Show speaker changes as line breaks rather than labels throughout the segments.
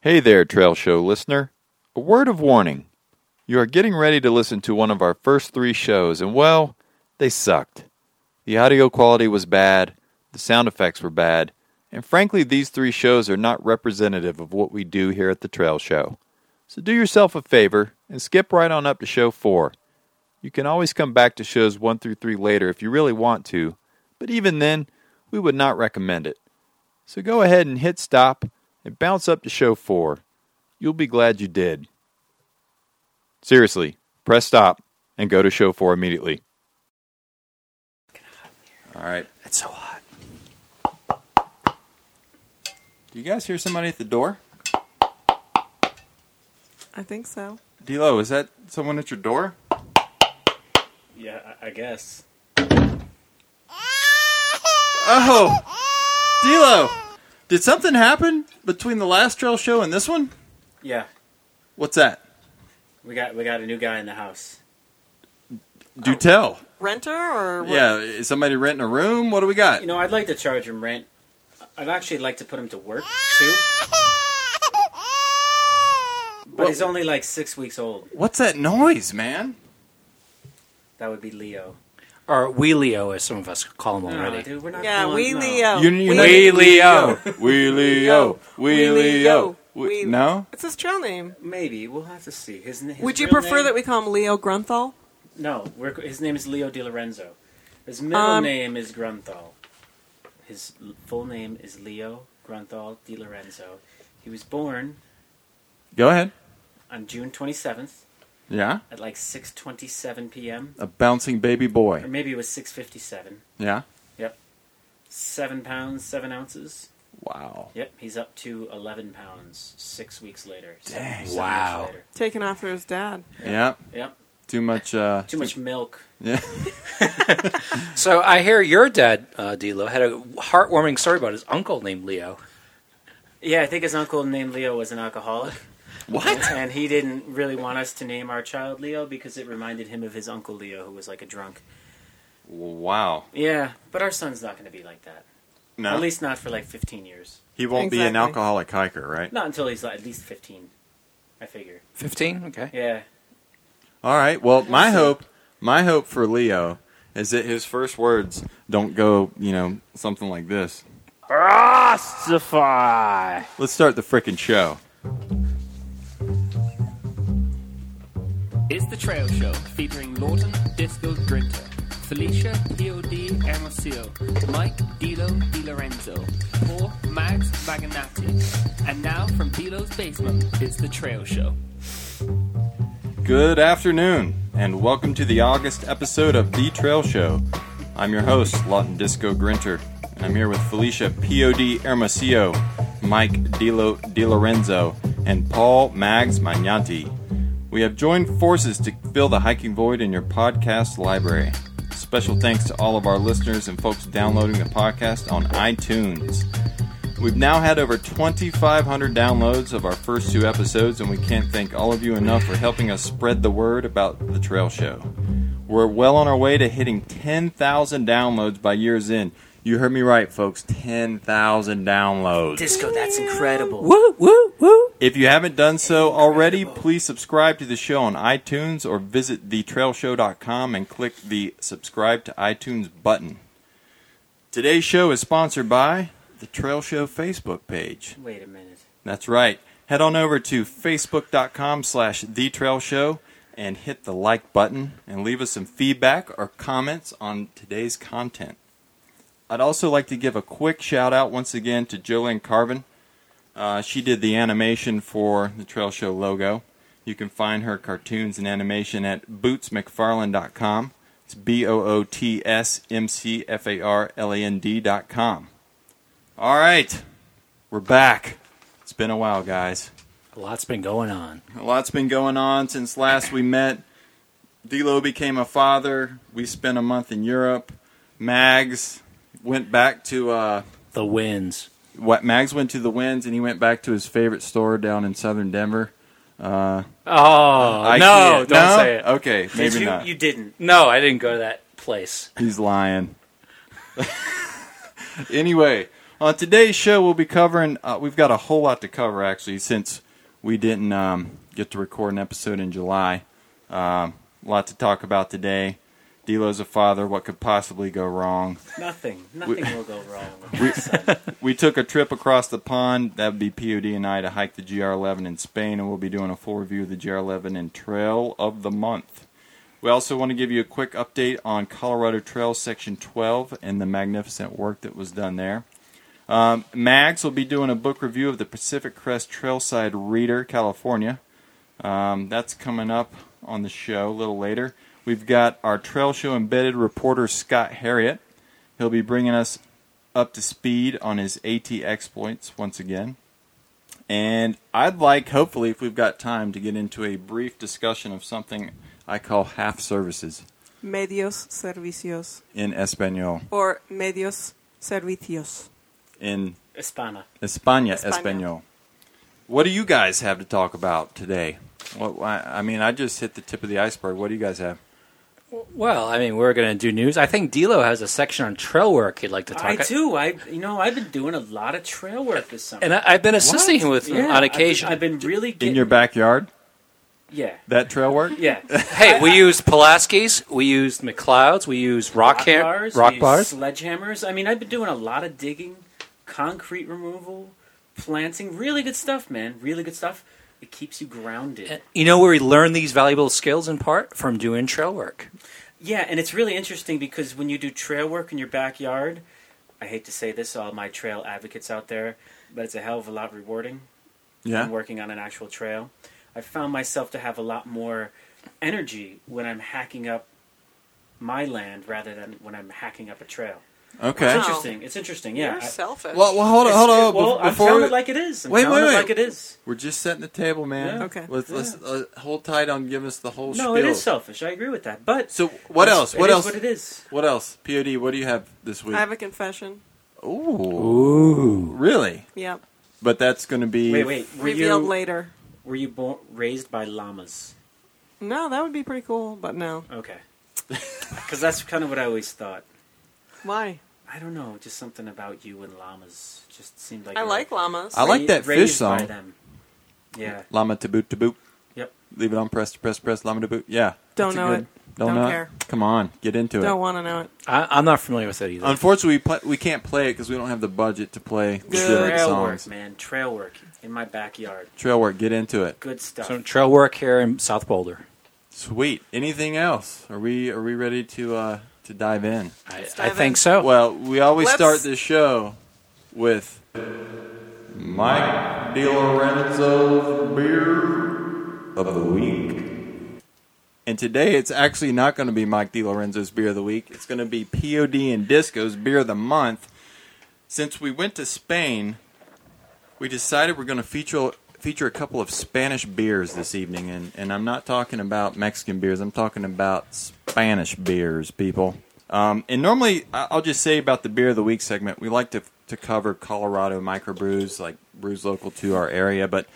Hey there, Trail Show listener. A word of warning. You are getting ready to listen to one of our first three shows, and well, they sucked. The audio quality was bad, the sound effects were bad, and frankly, these three shows are not representative of what we do here at the Trail Show. So do yourself a favor and skip right on up to show four. You can always come back to shows one through three later if you really want to, but even then, we would not recommend it. So go ahead and hit stop and bounce up to show four. You'll be glad you did. Seriously, press stop and go to show four immediately. All right.
It's so hot.
Do you guys hear somebody at the door?
I think so.
D'Lo, is that someone at your door?
Yeah, I, I guess.
Oh, D'Lo, did something happen between the last trail show and this one?
Yeah,
What's that?
we got we got a new guy in the house. Oh.
Do tell.
Renter or what?
Yeah, is somebody renting a room? What do we got?
You know, I'd like to charge him rent. I'd actually like to put him to work too, but
Well-
he's only like six weeks old.
What's that noise, man?
That would be Leo, or we Leo, as some of us call him No,
already.
Oh, dude, we're not.
Yeah,
calling-
we
no.
Leo.
You- you
we,
know-
Wee Leo.
Wee Leo, Wee Leo. Wee-
Wee-
No?
It's his trail name.
Maybe we'll have to see. His, his
Would you
real
prefer
name-
that we call him Leo Grunthal?
No, we're, his name is Leo Di Lorenzo. His middle
Um,
name is Grunthal. His l- full name is Leo Grunthal Di Lorenzo. He was born
Go ahead.
on June twenty seventh
Yeah?
at like six twenty seven p.m.
A bouncing baby
or
boy.
maybe it was six fifty seven.
Yeah?
Seven pounds seven ounces.
Wow.
Yep, he's up to eleven pounds six weeks later. so-
Dang.
seven
Wow.
weeks later.
Taken after his dad.
Yeah.
Yep.
Too much, uh.
Too much milk.
Yeah.
So I hear your dad, uh, D'Lo, had a heartwarming story about his uncle named Leo.
Yeah, I think his uncle named Leo was an alcoholic.
What?
and he didn't really want us to name our child Leo because it reminded him of his uncle Leo, who was like a drunk.
Wow.
Yeah, but our son's not going to be like that.
No.
At least not for like 15 years.
he won't be an
Exactly.
alcoholic hiker, right?
Not until he's like, at least 15, I figure.
15? Okay.
Yeah.
All right. Well, my hope, my hope for Leo is that his first words don't go, you know, something like this.
Rostify!
Let's start the frickin' show.
It's the Trail Show featuring Lawton Disco Grinter, Felicia POD Amosio, Mike Dilo Di Lorenzo, Paul Mags Vaganati. And now from Dilo's basement, it's the Trail Show.
Good afternoon, and welcome to the August episode of The Trail Show. I'm your host, Lawton Disco Grinter, and I'm here with Felicia POD Hermosillo, Mike Dilo DiLorenzo, and Paul Mags Magnanti. We have joined forces to fill the hiking void in your podcast library. Special thanks to all of our listeners and folks downloading the podcast on iTunes. We've now had over 2,500 downloads of our first two episodes, and we can't thank all of you enough for helping us spread the word about the trail show. We're well on our way to hitting 10,000 downloads by year's end. You heard me right, folks 10,000 downloads.
Disco, that's incredible.
Woo, woo, woo!
If you haven't done so already, please subscribe to the show on iTunes or visit thetrailshow.com and click the subscribe to iTunes button. Today's show is sponsored by the Trail Show Facebook page.
Wait a minute.
That's right. Head on over to facebook.com slash the trail show and hit the like button and leave us some feedback or comments on today's content. I'd also like to give a quick shout out once again to Jolene Carbon. Uh, she did the animation for the Trail Show logo. You can find her cartoons and animation at bootsmcfarland.com. It's B O O T S M C F A R L A N D.com. All right, we're back. It's been a while, guys.
A lot's been going on.
A lot's been going on since last we met. D'Lo became a father. We spent a month in Europe. Mags went back to uh,
The winds.
what? Mags went to the winds, and he went back to his favorite store down in southern Denver. Uh,
Oh,
I
no,
can't-
don't say it.
Okay,
Did
maybe
you,
not.
you didn't.
No, I didn't go to that place.
He's lying. anyway, On today's show, we'll be covering. Uh, we've got a whole lot to cover actually, since we didn't um, get to record an episode in July. Um, a lot to talk about today. Dilo's a father. What could possibly go wrong?
Nothing. Nothing will go wrong. With
we-
my son.
We took a trip across the pond. That would be POD and I to hike the GR11 in Spain, and we'll be doing a full review of the GR11 and Trail of the Month. We also want to give you a quick update on Colorado Trail Section 12 and the magnificent work that was done there. Um, Mags will be doing a book review of the Pacific Crest Trailside Reader, California. Um, that's coming up on the show a little later. We've got our Trail Show embedded reporter, Scott Harriet. He'll be bringing us up to speed on his AT exploits once again. And I'd like, hopefully, if we've got time, to get into a brief discussion of something I call half services
Medios servicios.
in Espanol.
Or medios servicios.
In
Hispana.
España,
España.
Espanol. What do you guys have to talk about today? What, I I mean, I just hit the tip of the iceberg. What do you guys have?
Well, I mean, we're going to do news. I think Dilo has a section on trail work he'd like to talk
I too. I you know I've been doing a lot of trail work this summer.
And I, I've been assisting him with
Yeah,
on
I've-
occasion.
I've been, really getting
In your backyard?
yeah
That trail work?
yeah.
hey, we used Pulaski's, we used McLeod's, we used rock,
rock
ham-
bars,
rock
we use
bars.
sledgehammers. I mean, I've been doing a lot of digging, concrete removal, planting. Really good stuff, man. Really good stuff. It keeps you grounded.
You know where we learn these valuable skills in part from doing trail work.
Yeah, and it's really interesting because when you do trail work in your backyard, I hate to say this, to all my trail advocates out there, but it's a hell of a lot rewarding than
Yeah.
working on an actual trail. I found myself to have a lot more energy when I'm hacking up my land rather than when I'm hacking up a trail. It's
Okay.
Wow.
interesting. It's interesting. Yeah.
You're
I-
selfish.
Well, well, hold on,
it's-
hold on.
Well,
Bef-
I'm
before
telling
we-
it like it is. I'm
Wait,
telling
wait,
it
wait.
like it is.
We're just setting the table, man.
Yeah.
Okay.
Let's, let's uh, hold tight on giving us the whole
No,
spiel.
it is selfish. I agree with that. But
So what
It's-
else?
it
What
is
else?
What it is?
What else? Pod. What do you have this week?
I have a confession.
Ooh,
Ooh.
really?
Yep.
But that's going to be.
Wait, wait. Were
Revealed
you
later.
were you born, raised by llamas?
No, that would be pretty cool, but no.
Okay. Because that's kind of what I always thought.
Why?
I don't know, just something about you and llamas. Just seemed like
I
you were
like llamas.
I like-
ra-
that fish
raised by
song.
them. Yeah.
Llama to boot to boot.
Yep.
Leave it on. Press to press press. Llama to boot. Yeah.
Don't
That's a
know
good-
it.
Don't,
Don't
know it?
care.
Come on, get into
Don't
it.
want to know it.
I, I'm not familiar with that either.
Unfortunately, we, play, we can't play it because we don't have the budget to play legitimate
Trail
songs.
work, man. Trail work in my backyard.
Trail work. Get into it.
Good stuff.
Some trail work here in South Boulder.
Sweet. Anything else? Are we are we ready to uh, to dive in?
I,
Let's
I
dive in.
think so.
Well, we always
Let's-
start this show with Mike DiLorenzo's beer of the week. And today it's actually not going to be Mike DiLorenzo's beer of the week. It's going to be POD and Disco's beer of the month. Since we went to Spain, we decided we're going to feature feature a couple of Spanish beers this evening and and I'm not talking about Mexican beers. I'm talking about Spanish beers, people. Um, and normally, I- I'll just say about the beer of the week segment, we like to to cover Colorado microbrews, like brews local to our area. But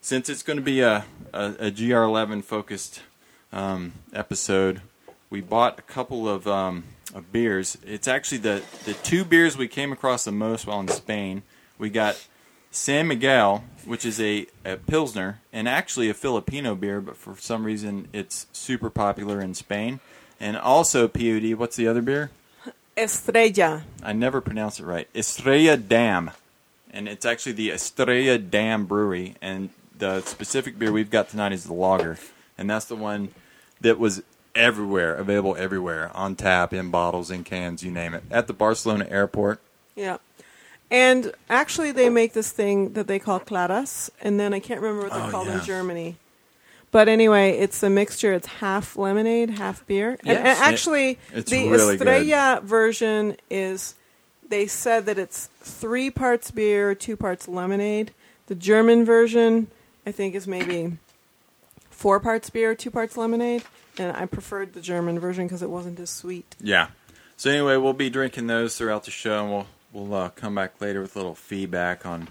since it's going to be a, a, a GR11 focused um, episode, we bought a couple of, um, of beers. It's actually the, the two beers we came across the most while in Spain. We got San Miguel, which is a, a Pilsner and actually a Filipino beer, but for some reason it's super popular in Spain. And also POD, what's the other beer?
Estrella.
I never pronounce it right. Estrella Dam. And it's actually the Estrella Dam Brewery. And the specific beer we've got tonight is the lager. And that's the one that was everywhere, available everywhere, on tap, in bottles, in cans, you name it. At the Barcelona airport.
Yeah. And actually, they make this thing that they call claras, and then I can't remember what they're
Oh,
called
yeah.
in Germany. But anyway, it's a mixture. It's half lemonade, half beer. And, and
Yes.
actually,
It's
the
really good.
Estrella version is, they said that it's three parts beer, two parts lemonade. The German version, I think, is maybe four parts beer, two parts lemonade. And I preferred the German version because it wasn't as sweet.
Yeah. So anyway, we'll be drinking those throughout the show, and we'll we'll uh, come back later with a little feedback on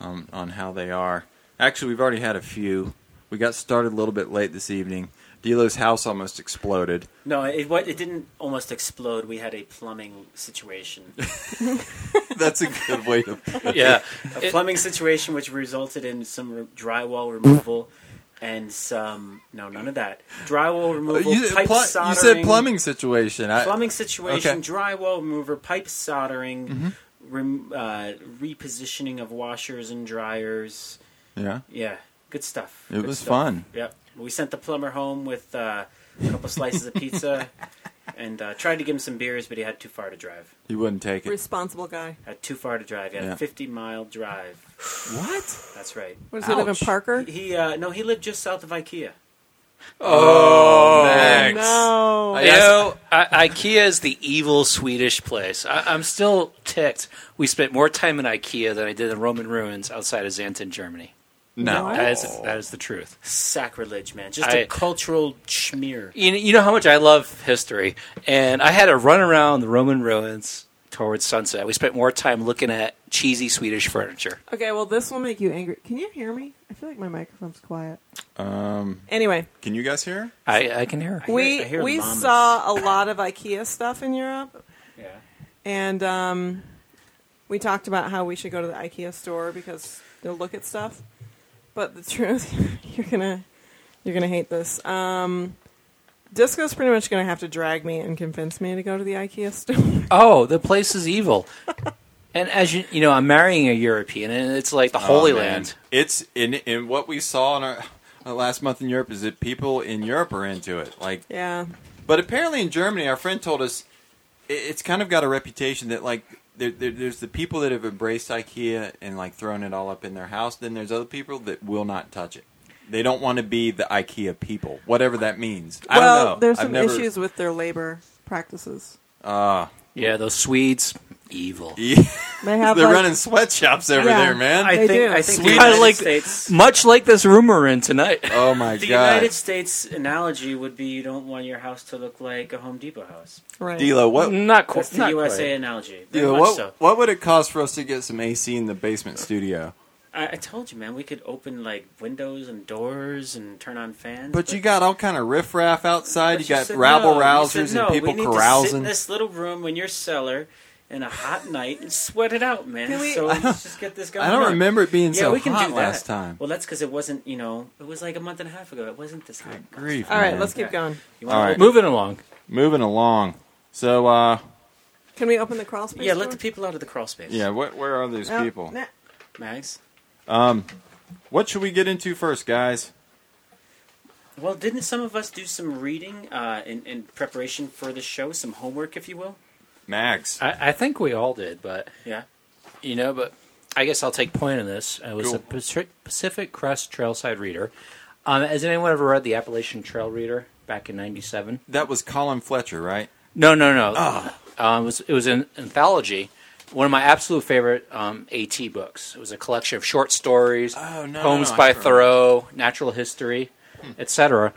um, on how they are. Actually, we've already had a few. We got started a little bit late this evening. Dilo's house almost exploded.
No, it what it didn't almost explode. We had a plumbing situation,
That's a good way to.
yeah.
a plumbing situation which resulted in some re- drywall removal and some no, none of that drywall removal.
Uh, You,
pipe
pl- you
soldering,
said plumbing situation. I,
plumbing situation,
Uh, okay. Mm-hmm.
drywall remover, pipe soldering, rem, uh, repositioning of washers and dryers.
Yeah.
Yeah, good stuff.
It
Good
was
stuff.
fun.
Yep. We sent the plumber home with uh, a couple slices of pizza and uh, tried to give him some beers, but he had too far to drive.
He wouldn't take it.
Responsible guy.
Had too far to drive. He had
Yeah.
a 50 mile drive.
What?
That's right.
What does he live in
Ouch.
Parker?
He uh, no, he lived just south of IKEA.
Oh,
Max.
No.
I-
You know, I- IKEA is the evil Swedish place. I- I'm still ticked. We spent more time in IKEA than I did in Roman ruins outside of Xanten, Germany.
No.
What?
That is, that is the truth.
Sacrilege, man. Just
I-
a cultural schmear.
You know, you know how much I love history, and I had a run around the Roman ruins towards sunset. We spent more time looking at cheesy Swedish furniture.
Okay, well, this will make you angry. Can you hear me? I feel like my microphone's quiet. Um. Anyway,
Can you guys hear?
I, I can hear.
hear-
we
I hear
we
mamas.
saw a lot of IKEA stuff in Europe,
Yeah.
and um, we talked about how we should go to the IKEA store because they'll look at stuff. But the truth, you're gonna you're gonna hate this. Um, Disco's pretty much gonna have to drag me and convince me to go to the IKEA store.
Oh, the place is evil. and as you, you know, I'm marrying a European, and it's like the Holy
Oh, man.
Land.
It's in in what we saw in our uh, last month in Europe is that people in Europe are into it. Like,
yeah,
but apparently in Germany, our friend told us i- it's kind of got a reputation that like there, there, there's the people that have embraced IKEA and like thrown it all up in their house. Then there's other people that will not touch it. They don't want to be the IKEA people, whatever that means. I
well,
don't know.
there's
I've
some
never-
issues with their labor practices.
Yeah, those Swedes, evil.
They have
They're
like,
running sweatshops over
Yeah.
there, man.
I
They
think
do.
I think the
Sweet.
United
I like-
States.
Much like this room we're in tonight.
oh my
The
god,
United States analogy would be you don't want your house to look like a Home Depot house.
right.
D'Lo, what?
Not quite.
That's the USA analogy. Very
D'Lo,
much
what,
so.
what would it cost for us to get some AC in the basement studio?
I, I told you, man, we could open like windows and doors and turn on fans.
But you got all kind of riffraff outside.
but
You got
said
rabble
no. You
rousers
said no,
and people
we need To sit in
carousing.
this little room in your cellar in a hot night and sweat it out, man.
Can we-
so let's just get this going.
I don't
on.
remember it being
Yeah,
so
we can
hot
do that.
last time.
Well, that's because it wasn't. You know, it was like a month and a half ago. It wasn't this hot.
Grief,
All right,
man.
let's keep going.
You
All
wanna
right.
open-
Moving along.
Moving along. So, uh,
Can we open the crawl space?
Yeah, let the
door?
people out of the crawl space.
yeah, what, where are these
No,
people?
nah.
Mags.
What should we get into first, guys?
Well, didn't some of us do some reading uh, in, in preparation for the show, some homework, if you will?
Max.
I, I think we all did, but
Yeah.
you know, but I guess I'll take point in this. I was
Cool.
a Pacific, Pacific Crest Trailside reader. Um, has anyone ever read the Appalachian Trail Reader back in '97?
That was Colin Fletcher, right?
No, no, no.
Ah.
Uh, it was it was an anthology. One of my absolute favorite um, AT books. It was a collection of short stories,
Oh, no,
poems
no, no, I
by
Hmm. remember.
Thoreau, natural history, etc.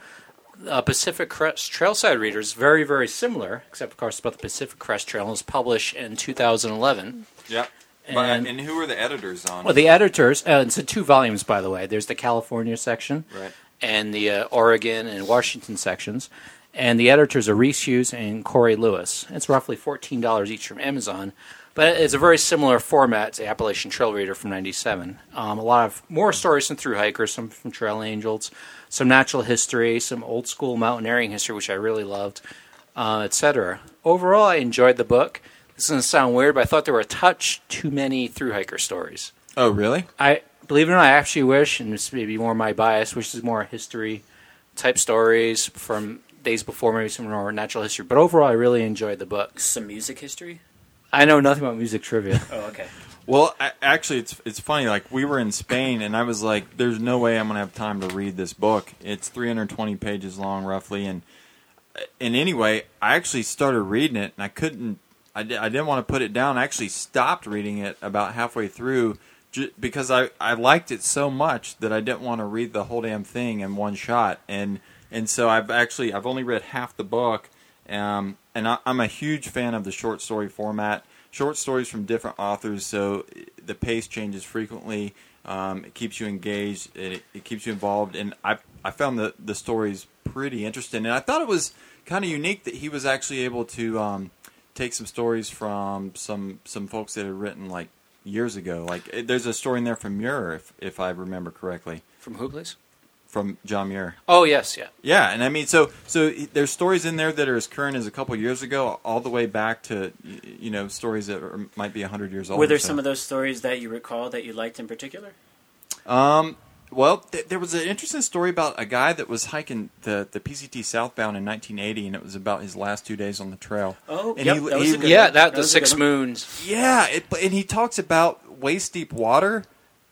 Uh, Pacific Crest Trailside Readers, very, very similar, except of course about the Pacific Crest Trail, and was published in 2011.
Yep.
And- But- and
who were the editors on?
Well, the editors, uh, it's in two volumes, by the way. There's the California section,
Right.
and the uh, Oregon and Washington sections. And the editors are Reese Hughes and Corey Lewis. It's roughly fourteen dollars each from Amazon, but it's a very similar format to Appalachian Trail Reader from '97. Um, a lot of more stories from through hikers, some from trail angels, some natural history, some old school mountaineering history, which I really loved, uh, etc. Overall, I enjoyed the book. This is going to sound weird, but I thought there were a touch too many through hiker stories.
oh, really?
I believe it or not, I actually wish, and this may be more my bias, which is more history type stories from days before, maybe some more natural history. But overall, I really enjoyed the book.
Some music history?
I know nothing about music trivia.
Oh, okay.
Well, I, actually, it's it's funny. Like we were in Spain, and I was like, "There's no way I'm gonna have time to read this book. It's 320 pages long, roughly." And and anyway, I actually started reading it, and I couldn't. I, di- I didn't want to put it down. I actually stopped reading it about halfway through ju- because I, I liked it so much that I didn't want to read the whole damn thing in one shot. And and so I've actually I've only read half the book. Um, and I, I'm a huge fan of the short story format. Short stories from different authors, so the pace changes frequently. Um, it keeps you engaged. It, it keeps you involved. And I I found the the stories pretty interesting. And I thought it was kind of unique that he was actually able to um, take some stories from some some folks that had written like years ago. Like eh, there's a story in there from Muir, if if I remember correctly,
From who, please?
from John Muir.
Oh, yes, yeah.
Yeah, and I mean, so so there's stories in there that are as current as a couple years ago, all the way back to y- you know stories that are, might be hundred years old.
Were
or
there
so.
some of those stories that you recall that you liked in particular?
Um, well, th- there was an interesting story about a guy that was hiking the the PCT southbound in 1980, and it was about his last two days on the trail.
Oh,
and
yep, that was a good
Yeah,
one.
that, the
was a
Six
good one.
Moons.
Yeah, it, but- and he talks about waist deep water,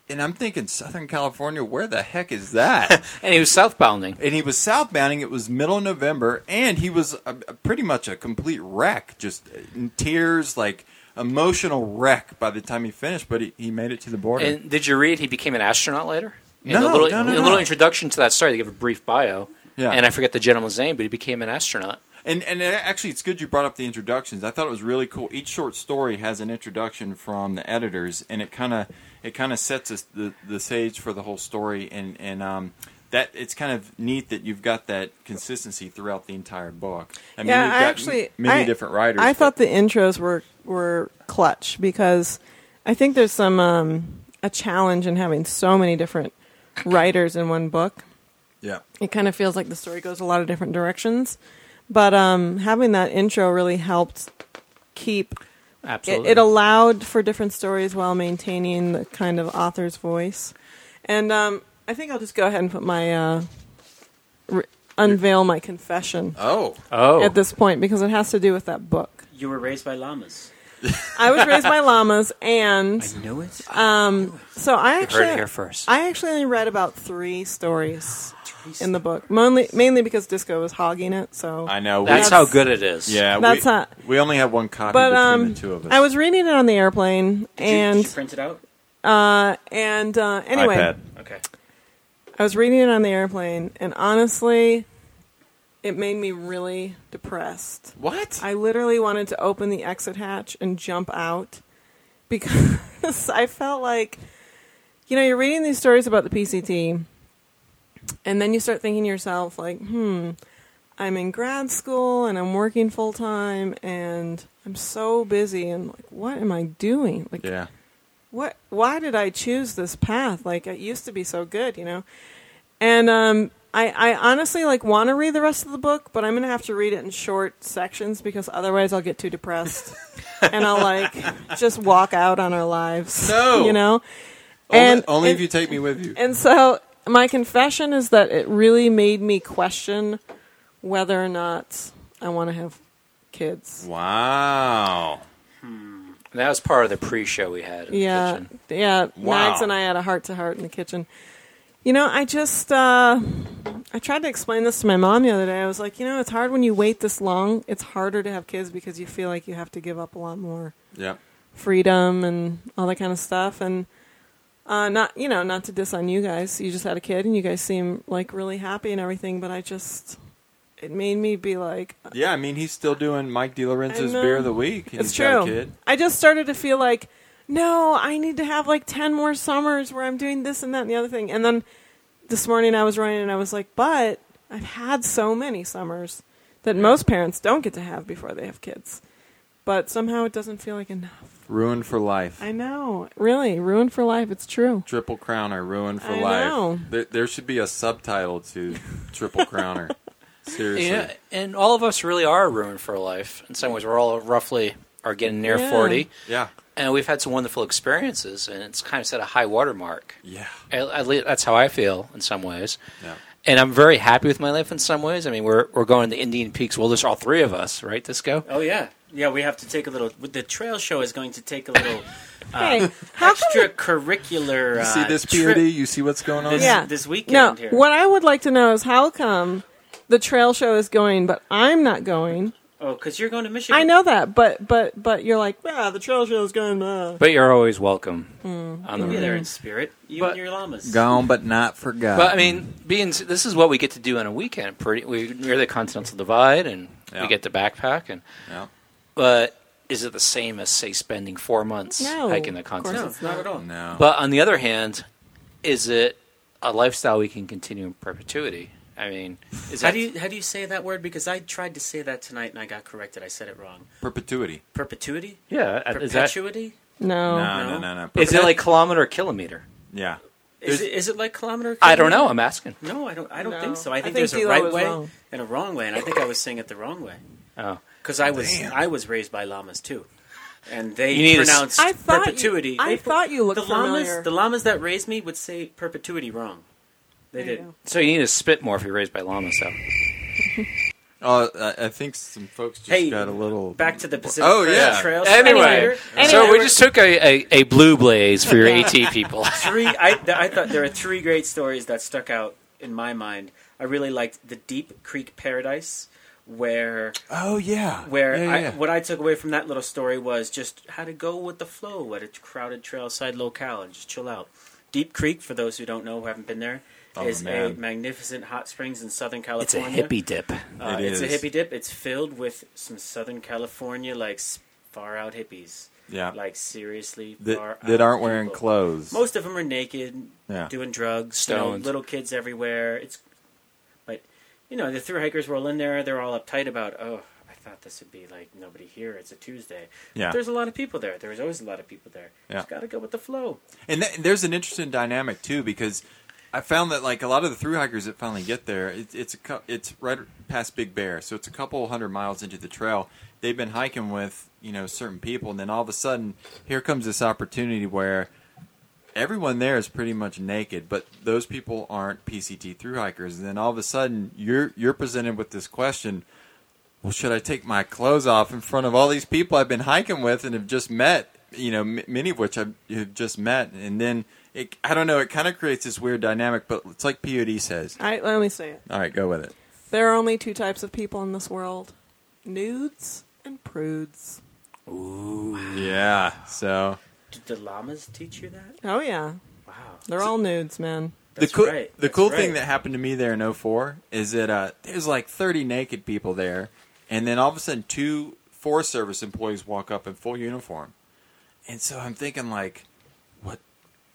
and I'm thinking Southern California, where the heck is that?
And he was southbounding.
and he was southbounding. It was middle of November, and he was a, a- pretty much a complete wreck, just in tears, like emotional wreck by the time he finished. But he, he made it to the border.
And did you read he became an astronaut later? In
No,
the little,
no, no,
in the
no.
little introduction to that story, they give a brief bio.
Yeah.
And I forget the gentleman's name, but he became an astronaut.
And and it- actually, it's good you brought up the introductions. I thought it was really cool. Each short story has an introduction from the editors, and it kind of it kind of sets us the the stage for the whole story. And and um, that it's kind of neat that you've got that consistency throughout the entire book. I mean,
yeah,
you've
I
got
actually
m- many
I-
different writers.
I
but-
thought the intros were were clutch because I think there's some um, a challenge in having so many different writers in one book.
yeah,
It kind of feels like the story goes a lot of different directions, but um, having that intro really helped keep it,
Absolutely.
it allowed for different stories while maintaining the kind of author's voice. And um, I think I'll just go ahead and put my uh, re- unveil my confession
oh,
oh.
at this point because it has to do with that book.
You were raised by llamas.
I was raised by llamas, and
Knew it.
so I actually
heard it here first.
I actually only read about three stories in the book, mainly mainly because Disco was hogging it. So
I know.
That's,
we,
how good it is.
yeah,
That's
we,
not-
we only have one copy
But
between
um,
the two of us.
I was reading it on the airplane,
Did you-
and
did you print it out.
and uh, anyway,
iPad.
Okay.
I was reading it on the airplane, and honestly, it made me really depressed.
What?
I literally wanted to open the exit hatch and jump out because I felt like, you know, you're reading these stories about the PCT, and then you start thinking to yourself, like, hmm, I'm in grad school and I'm working full time and I'm so busy and like, what am I doing? Like,
yeah,
what why did i choose this path like it used to be so good you know and um i i honestly like want to read the rest of the book but i'm gonna have to read it in short sections because otherwise i'll get too depressed and i'll like just walk out on our lives
No.
you know
only, only
and-
if you take me with you.
and so my confession is that it really made me question whether or not i want to have kids
wow.
And that was part of the pre-show we had. in the
Yeah,
kitchen.
yeah.
Wow.
Mags and I had a heart to heart in the kitchen. You know, I just uh, I tried to explain this to my mom the other day. I was like, you know, it's hard when you wait this long. It's harder to have kids because you feel like you have to give up a lot more
Yeah.
freedom and all that kind of stuff. And uh, not, you know, not to diss on you guys. You just had a kid, and you guys seem like really happy and everything. But I just, it made me be like,
Yeah, I mean, he's still doing Mike DiLorenzo's
I know.
Beer of the Week. and
It's
he's got a
true.
kid.
I just started to feel like, no, I need to have like 10 more summers where I'm doing this and that and the other thing. And then this morning I was running and I was like, but I've had so many summers that most parents don't get to have before they have kids. But somehow it doesn't feel like enough.
Ruined for life.
I know. Really, ruin for life. It's true.
Triple Crowner, ruined for
I
life.
know.
There, there should be a subtitle to Triple Crowner. Seriously.
Yeah, and all of us really are ruined for life. In some ways, we're all roughly are getting near
Yeah.
forty,
Yeah.
and we've had some wonderful experiences, and it's kind of set a high watermark.
Yeah.
At, at least that's how I feel in some ways.
Yeah.
And I'm very happy with my life in some ways. I mean, we're we're going to Indian Peaks. Well, there's all three of us, right, Disco?
Oh yeah, yeah. We have to take a little. The trail show is going to take a little
Hey, how come
extracurricular.
You see
uh,
this
trip
POD? You see what's going on?
This,
Yeah.
this weekend
No,
here.
what I would like to know is how come the trail show is going, but I'm not going.
Oh, because you're going to Michigan.
I know that, but but but you're like, ah, the trail show is going. Uh.
But you're always welcome on the
You'll be
road.
there in spirit. You
But-
and your llamas.
Gone but not forgotten.
But I mean, being this is what we get to do on a weekend. Pretty, we near the Continental Divide, and
Yeah.
we get to backpack. And
yeah.
but is it the same as say spending four months
No,
hiking the
of course
Continental?
No, not at all.
no.
But on the other hand, is it a lifestyle we can continue in perpetuity? I mean, is
How
that
do you how do you say that word? Because I tried to say that tonight and I got corrected. I said it wrong.
Perpetuity.
Perpetuity?
yeah?
uh,
Uh, Is that
Perpetuity?
No.
no, no,
no.
no, no.
Oh, is it like kilometer or kilometer?
yeah.
Is
There's-
it, is it like kilometer?
I don't know. I'm asking.
No, I don't. I don't
No.
think so.
I
I think
think
there's a
Dilo
right
was
way
wrong.
and a wrong way, and I think I was saying it the wrong way
Oh,
because I was
Damn.
I was raised by llamas too, and they
You need to s-
pronounced
I thought
perpetuity.
You, I
They-
thought you looked
the llamas
familiar.
the llamas that raised me would say perpetuity wrong. They
There you
did.
go.
so you need to spit more if you're raised by llamas, though.
Uh, I I think some folks just
Hey,
got a little.
Back to the Pacific
Oh,
Crest
yeah.
Trail.
Anyway,
Anyway.
so we just took a, a, a blue blaze for your AT people.
three. I, th- I thought there are three great stories that stuck out in my mind. I really liked the Deep Creek Paradise, where
oh yeah.
where
Yeah, yeah,
I,
yeah.
what I took away from that little story was just how to go with the flow at a crowded trailside locale and just chill out. Deep Creek, for those who don't know who haven't been there, is
Oh,
a
man.
magnificent hot springs in Southern
It's a
California.
hippie dip.
Uh,
It
it's a
is.
hippie dip. It's filled with some Southern California like far out hippies.
Yeah.
Like seriously far
that,
out
that aren't wearing
uh, people.
clothes.
Most of them are naked,
Yeah.
doing drugs, you know,
Stoned.
little kids everywhere. It's, but you know, the through hikers roll in there. They're all uptight about, oh, I thought this would be like nobody here. It's a Tuesday.
Yeah.
But there's a lot of people there. There's always a lot of people there.
Yeah.
Just gotta go with the flow.
And, th- and there's an interesting dynamic too because I found that like a lot of the through hikers that finally get there, it, it's a cou- it's right past Big Bear, so it's a couple hundred miles into the trail. They've been hiking with you know certain people, and then all of a sudden, here comes this opportunity where everyone there is pretty much naked, but those people aren't PCT through hikers. And then all of a sudden, you're you're presented with this question: Well, should I take my clothes off in front of all these people I've been hiking with and have just met? You know, m- many of which I've have just met, and then it, I don't know. It kind of creates this weird dynamic, but it's like Pod says.
I, let me say it.
All right, go with it.
There are only two types of people in this world nudes and prudes.
Yeah. So
Did the llamas teach you that?
Oh, yeah.
Wow.
They're all nudes, man.
That's
the cool
right.
the
That's
cool
right.
thing that happened to me there in 04 is that uh, there's like 30 naked people there, and then all of a sudden two Forest Service employees walk up in full uniform, and so I'm thinking like, what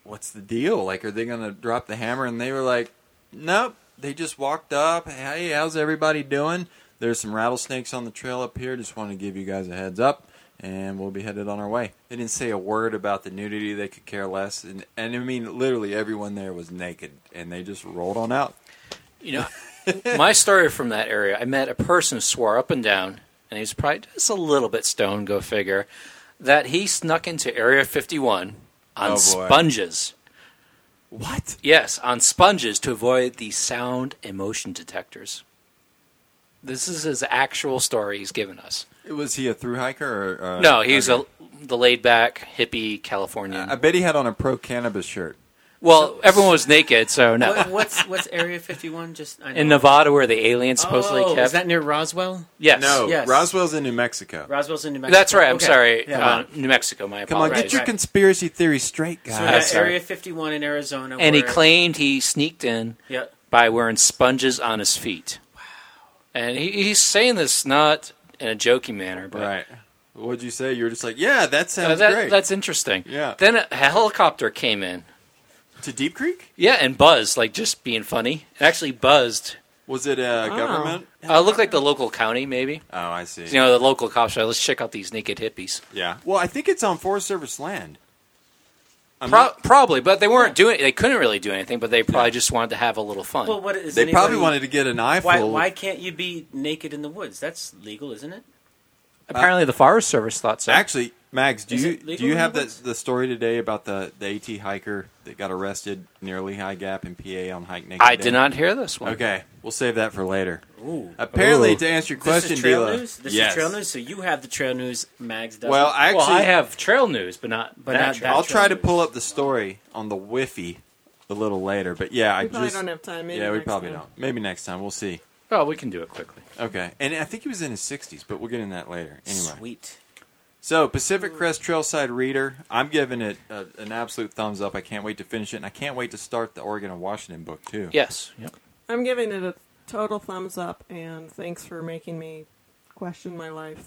what's the deal? Like, are they gonna drop the hammer? And they were like, nope. They just walked up. Hey, how's everybody doing? There's some rattlesnakes on the trail up here. Just want to give you guys a heads up, and we'll be headed on our way. They didn't say a word about the nudity. They could care less. And, and I mean, literally everyone there was naked, and they just rolled on out.
You know, my story from that area, I met a person who swore up and down, and he was probably just a little bit stoned, go figure, that he snuck into Area 51 on
Oh, boy.
sponges.
What?
Yes, on sponges to avoid the sound and motion detectors. This is his actual story he's given us.
Was he a through hiker? Or, uh,
No, he's
okay. Uh,
a, the laid back, hippie Californian.
I bet he had on a pro cannabis shirt.
well, everyone was naked, so no.
What, what's what's Area Fifty One? Just I know.
In Nevada, where the aliens supposedly
oh,
kept.
is that near Roswell?
yes.
No,
Yes.
Roswell's in New Mexico.
Roswell's in New Mexico.
That's right. I'm
Okay.
sorry.
Yeah.
Uh, New Mexico. My
Come on,
apologies.
Right,
get your
right.
conspiracy theory straight,
So we
guys.
I'm
got
sorry.
Area 51 in Arizona.
and he
where-
claimed he sneaked in
Yeah.
by wearing sponges on his feet. Wow. And he, he's saying this not in a joking manner, but
Right. What'd you say? You were just like, yeah, that
Uh,
sounds
that-
great.
that's interesting.
Yeah.
Then a helicopter came in.
To Deep Creek?
Yeah, and buzzed, like just being funny. It actually buzzed.
Was it uh,
Oh.
Wow.
government?
Uh, looked like the local county, maybe.
Oh, I see.
You know, the local cops are like, let's check out these naked hippies.
yeah. Well, I think it's on Forest Service land. I'm
Pro-
not-
probably, but they weren't doing. They couldn't really do anything, but they probably just wanted to have a little fun.
Well, what is
they probably
anybody-
wanted to get an eyeful.
Why, why can't you be naked in the woods? That's legal, isn't it?
Apparently, the Forest Service thought so.
Actually, Mags, do
Is
you
it legal
do you
in
have
the
the,
woods?
the story today about the, the AT hiker that got arrested near Lehigh Gap in PA on Hike Naked?
I
Day?
did not hear this one.
Okay, we'll save that for later.
Ooh.
Apparally,
Ooh.
to answer your
This
question,
is trail
Dila-
news. This
yes.
is trail news. So you have the trail news, Mags. Doesn't.
Well, I actually,
well, I have trail news, but not
But
that
not
trail.
I'll
trail
try to
news.
pull up the story on the Wiffy a little later. But yeah, I
We probably
just
don't have time. Maybe
yeah, we
next
probably
time.
don't. Maybe next time we'll see.
Oh, we can do it quickly.
Okay, and I think he was in his 60s, but we'll get in that later. Anyway,
Sweet.
so Pacific Crest Trailside Reader, I'm giving it a, an absolute thumbs up. I can't wait to finish it, and I can't wait to start the Oregon and Washington book too.
Yes. Yep.
I'm giving it a total thumbs up, and thanks for making me question my life.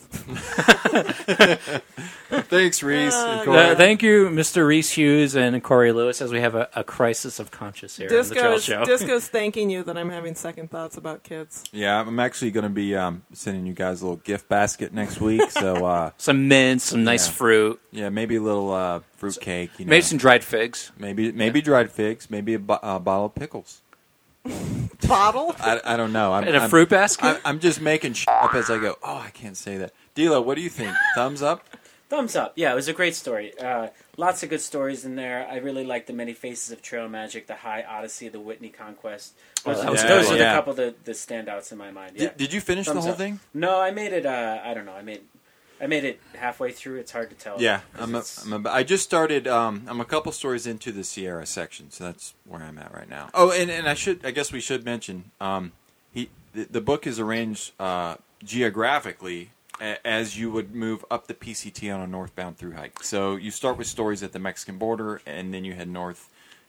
Thanks, Reese. and
Uh,
Corey.
Uh, thank you, Mr. Reese Hughes and Corey Lewis, as we have a, a crisis of conscience here on the Trail
Disco's,
Show.
Disco's thanking you that I'm having second thoughts about kids.
Yeah, I'm actually going to be um, sending you guys a little gift basket next week. So uh,
some mints, some nice
Yeah.
fruit,
yeah, maybe a little uh, fruit cake. You know,
maybe some dried figs.
maybe maybe dried figs, maybe a, bo- a bottle of pickles.
Bottle?
I, I don't know. I'm,
And a
I'm-
fruit basket?
I, I'm just making shit up as I go. Oh, I can't say that. Dilo, what do you think? Thumbs up.
Thumbs up. Yeah, it was a great story. Uh, lots of good stories in there. I really like the many faces of Trail Magic, the High Odyssey, the Whitney Conquest. Those,
Oh, that
are-
was
those
good.
are the
Yeah.
couple of the, the standouts in my mind. Yeah.
Did, did you finish the
Thumbs
whole
up.
thing?
No, I made it. Uh, I don't know. I made I made it halfway through. It's hard to tell.
Yeah,
'Cause
I'm. A,
Oh, it's-
I'm a, I just started. Um, I'm a couple stories into the Sierra section, so that's where I'm at right now. Oh, and, and I should. I guess we should mention. Um, he the, the book is arranged uh, geographically a, as you would move up the PCT on a northbound through hike. So you start with stories at the Mexican border, and then you head north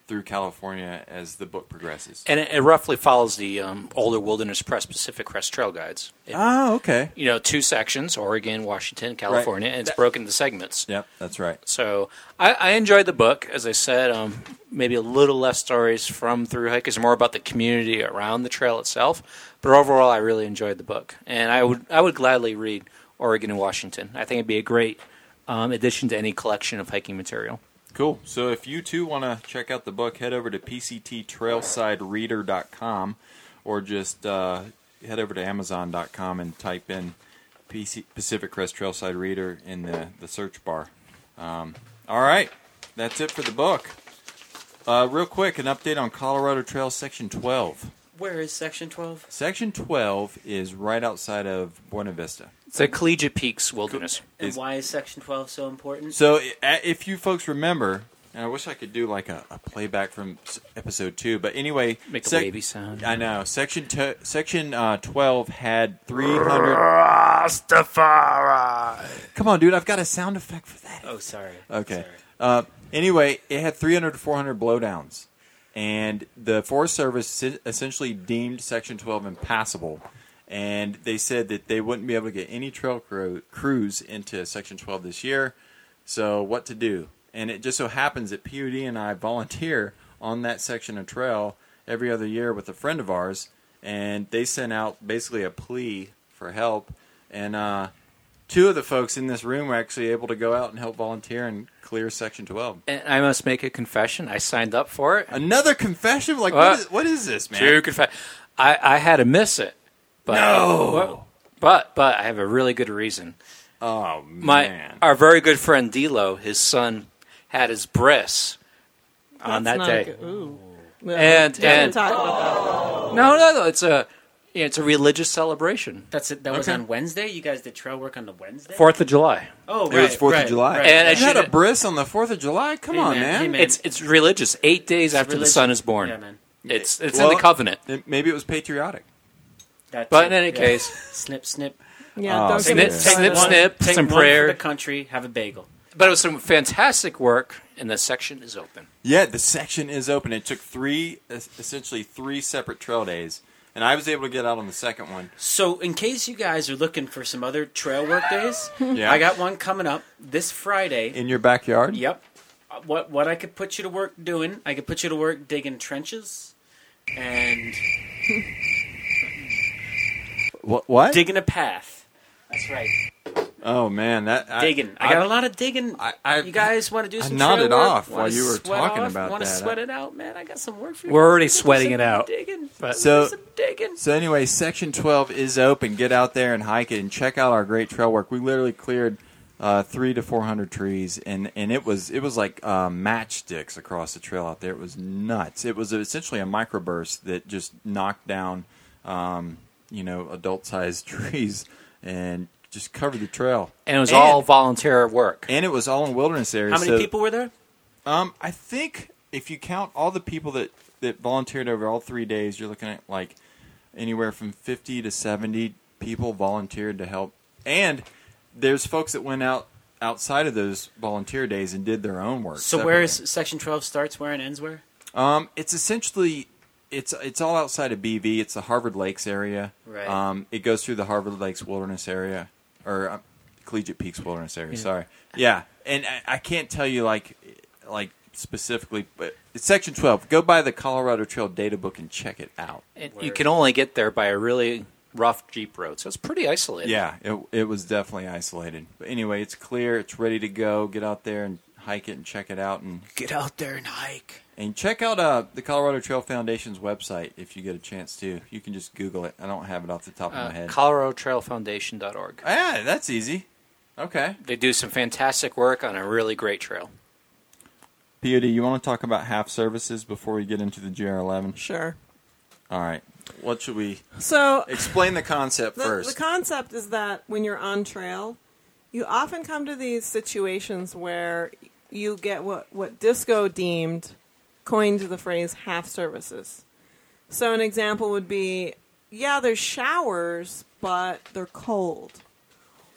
through California as the book progresses.
And it, it roughly follows the um, older Wilderness Press Pacific Crest Trail Guides. It-
oh, okay.
you know, two sections Oregon, Washington, California, and it's
That-
broken into segments.
Yep, that's right.
So I, I enjoyed the book. As I said, um, maybe a little less stories from Through Hike is more about the community around the trail itself. But overall, I really enjoyed the book, and I would I would gladly read Oregon and Washington. I think it'd be a great um, addition to any collection of hiking material.
Cool. So if you too want to check out the book, head over to pcttrailsidereader.com or just uh, head over to amazon.com and type in PC Pacific Crest Trailside Reader in the, the search bar. Um, all right. That's it for the book. Uh, real quick, an update on Colorado Trail Section 12.
Where is Section Twelve?
Section 12 is right outside of Buena Vista.
It's the Collegiate Peaks Wilderness.
And
Is-
why is Section Twelve so important?
So, i- if you folks remember, and I wish I could do like a, a playback from s- episode two, but anyway,
Make the wavy sound.
I know. Section t- section uh, twelve had three hundred. Rastafari. Come on, dude! I've got a sound effect for that.
oh, sorry.
Okay.
Sorry.
Uh, anyway, it had 300 to 400 blowdowns, and the Forest Service si- essentially deemed Section 12 impassable, and they said that they wouldn't be able to get any trail crew- crews into Section 12 this year. So what to do? And it just so happens that POD and I volunteer on that section of trail every other year with a friend of ours, and they sent out basically a plea for help, and uh, two of the folks in this room were actually able to go out and help volunteer and clear section 12
And I must make a confession. I signed up for it.
another confession like
Uh,
what, is, what is this man
True confession. I, I had to miss it. But,
No.
But but I have a really good reason.
oh
my
man
our very good friend Dilo, his son, had his bris on
That's
that
not
day.
good- ooh. No,
And-
don't
and-
talk about that.
No, no, no. It's a yeah, it's a religious celebration.
That's it. That was
Okay.
on Wednesday. You guys did trail work on the Wednesday.
Fourth of July.
Oh,
it was
right,
4th
right,
of july
right.
And I
you had
should-
a bris on the 4th of july come
Hey,
on
man. Hey,
man,
man.
It's it's religious. Eight days after the
Religion.
son is born.
Yeah, man.
It's it's in
Well-
the covenant.
It- maybe it was patriotic
That's
But
it.
in any
Yeah.
case-
snip, snip,
Yeah,
Oh,
don't
snip,
give me started.
snip, snip.
take
some
one
prayer.
for the country. Have a bagel.
But it was some fantastic work, and the section is open.
yeah the section is open it took three es- essentially three separate trail days and i was able to get out on the second one
So, in case you guys are looking for some other trail work days,
Yeah.
I got one coming up this Friday.
in your backyard
Yep. Uh, What what I could put you to work doing? I could put you to work digging trenches and
what, what?
digging a path. That's right.
oh man that I-
Digging. I, got a lot of digging.
I- I-
you guys want to do
I
some
nodded
trail work?
off
Wanna
while you were
sweat
talking
off?
about
Wanna
that.
sweat it out, man? I got some work for you.
We're already
Do some
sweating it out,
Digging.
but-
Do
So-
some digging.
So anyway, section 12 is open. Get out there and hike it and check out our great trail work. We literally cleared uh, three to 400 trees and, and it was, it was like uh, matchsticks across the trail out there. It was nuts. It was essentially a microburst that just knocked down, um, you know, adult sized trees and just covered the trail.
And it was all volunteer work.
And it was all in wilderness areas.
How many
so-
people were there?
um, I think if you count all the people that that volunteered over all three days, you're looking at like anywhere from fifty to seventy people volunteered to help. And there's folks that went out outside of those volunteer days and did their own work.
So where is
separately.
Section 12 starts, where and ends where?
um? It's essentially it's it's all outside of BV. It's the Harvard Lakes area.
Right.
Um, it goes through the Harvard Lakes Wilderness area or uh, Collegiate Peaks Wilderness area. Sorry. Yeah, and I, I can't tell you like like specifically, but it's section twelve. Go by the Colorado Trail Data Book and check it out.
And you can only get there by a really rough jeep road, so it's pretty isolated.
Yeah, it it was definitely isolated. But anyway, it's clear. It's ready to go. Get out there and hike it and check it out and
Get out there and hike.
And check out uh, the Colorado Trail Foundation's website if you get a chance to. You can just Google it. I don't have it off the top of
Uh,
my head.
ColoradoTrailFoundation.org.
ah, that's easy. Okay.
They do some fantastic work on a really great trail.
POD, you want to talk about half services before we get into the GR11?
Sure.
All right. What should we
So
explain the concept
the,
first?
the concept is that when you're on trail, you often come to these situations where you get what, what disco deemed coined the phrase half services. So an example would be yeah, there's showers, but they're cold.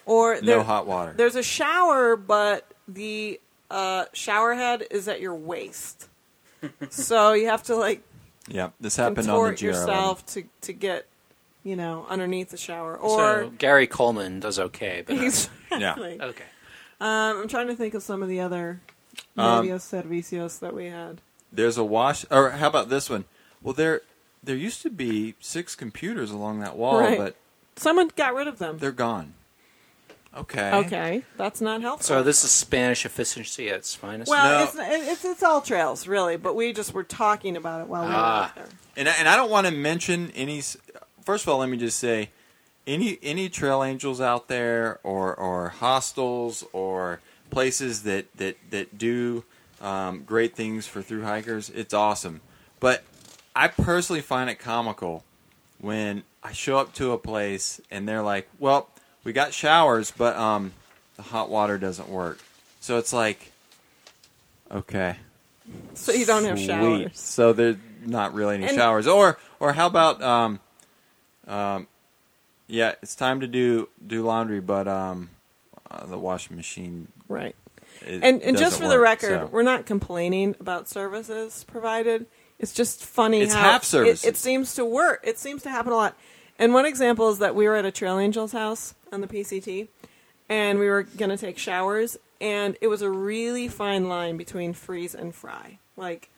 Or
no
there-
hot water.
there's a shower, but the uh, shower head is at your waist. so you have to like
Yeah, this happened on the
contort
GR11.
yourself to, to get, you know, underneath the shower.
so
Or
Gary Coleman does okay, but not-
exactly.
okay.
Um, I'm trying to think of some of the other
Um,
medios servicios that we had.
There's a wash. Or how about this one? Well, there there used to be six computers along that wall,
Right.
but
Someone got rid of them.
they're gone. Okay.
Okay, that's not helpful.
So this is Spanish efficiency at its finest.
No.
well, it's, it's it's all trails really, but we just were talking about it while we were
Ah.
out there.
and I, and I don't want to mention any. s- First of all, let me just say, any any trail angels out there, or or hostels, or places that that that do um, great things for through hikers, it's awesome. But I personally find it comical when I show up to a place and they're like, "Well, we got showers, but um, the hot water doesn't work." So it's like, okay.
So you don't have
Sweet.
showers.
So there's not really any
And-
showers. Or or how about um, um, yeah, it's time to do do laundry, but um, uh, the washing machine.
Right.
It
And and just
doesn't
for the
work,
record,
so.
we're not complaining about services provided. It's just funny
It's
how
half
it-
services.
It, seems to work. It seems to happen a lot. And one example is that we were at a Trail Angels house on the PCT, and we were going to take showers, and it was a really fine line between freeze and fry. Like,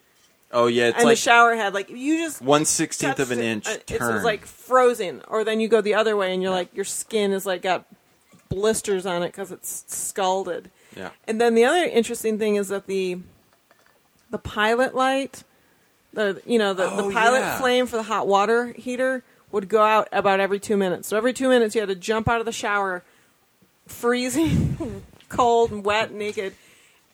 oh yeah, it's
and the
like
shower head, like you just
one sixteenth of
touched
an
it,
inch
uh, It's,
turn.
it's like frozen, or then you go the other way, and you're like your skin is like got blisters on it because it's scalded.
yeah,
And then the other interesting thing is that the the pilot light, the you know the,
Oh,
the pilot
yeah.
flame for the hot water heater would go out about every two minutes. So every two minutes you had to jump out of the shower, freezing, cold and wet, naked.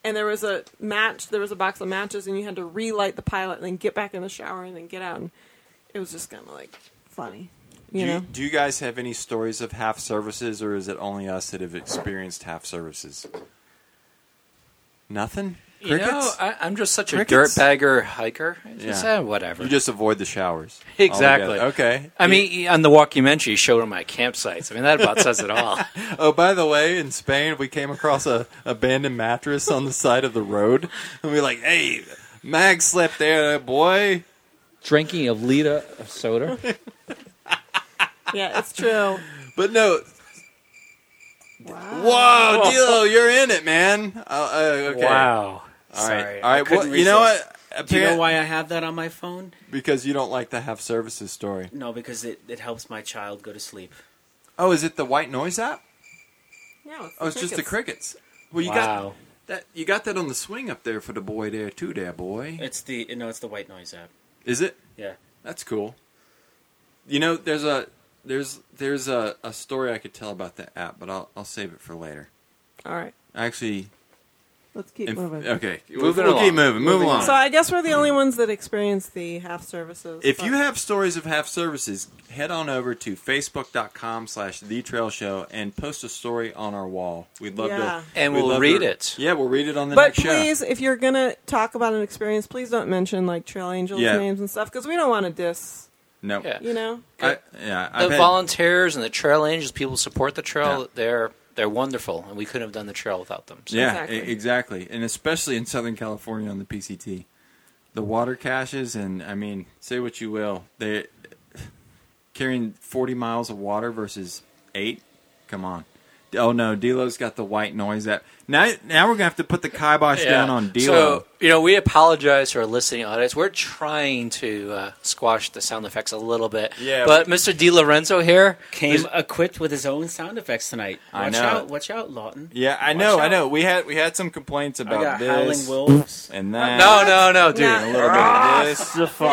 And there was a match. There was a box of matches, and you had to relight the pilot, and then get back in the shower, and then get out. And it was just kind of like funny, you
do, you,
know.
do you guys have any stories of half services, or is it only us that have experienced half services? Nothing.
You
Crickets.
know, uh, I, I'm just such a
Crickets?
dirtbagger hiker. I just
Yeah.
eh, whatever.
you just avoid the showers.
Exactly.
altogether. Okay.
I mean, on the documentary, you showed on my campsites. I mean, that about says it all.
Oh, by the way, in Spain, we came across a abandoned mattress on the side of the road, and we were like, "Hey, Mag slept there, boy."
Drinking a liter of soda.
yeah, it's true.
But no,
Wow.
whoa, Dilo, you're in it, man. Uh, uh, okay.
Wow.
All right.
Sorry,
All
I
right.
couldn't
Well, you know
resist.
what?
Do you know
Apparent-
why I have that on my phone?
Because you don't like the half services story.
No, because it, it helps my child go to sleep.
Oh, is it the white noise app?
No, it's
Oh, it's just the
crickets.
crickets. Well, you got
wow.
that. You got that on the swing up there for the boy there too, there boy.
It's the no, it's the white noise app.
Is it?
Yeah.
That's cool. You know, there's a there's there's a, a story I could tell about that app, but I'll I'll save it for later.
All right,
Actually,
let's keep
if-
moving.
okay,
Moving
we'll, we'll keep
along.
moving, move along.
So I guess we're the only ones that experience the half services.
if
but-
you have stories of half services, head on over to facebook.com slash the trail show and post a story on our wall. We'd love
Yeah.
to
And
we'd
we'll
love
read
to-
it.
Yeah, we'll read it on the
but
next
please, if you're gonna talk about an experience, please don't mention like Trail Angels
Yeah.
names and stuff because we don't want to diss.
show. No.
Yeah.
You know,
I,
The
yeah, I've had-
volunteers and the trail angels, people who support the trail.
Yeah.
They're they're wonderful, and we couldn't have done the trail without them. So.
Yeah,
Exactly.
e- exactly. And especially in Southern California on the PCT. the water caches, and I mean, say what you will, they carrying forty miles of water versus eight. Come on. Oh no, Delo's got the white noise app. Now, now we're gonna have to put the kibosh
Yeah.
down on Delo.
So you know, we apologize to our listening audience. We're trying to uh, squash the sound effects a little bit.
Yeah.
But Mr. Di Lorenzo here
Came
was-
equipped with his own sound effects tonight. Watch
I know.
out! Watch out, Lawton.
yeah, I
Watch
know, I
out.
know. We had we had some complaints
I
about
got
this
howling wolves.
and that.
No, no, no, dude.
a little bit of this.
Stefan.
a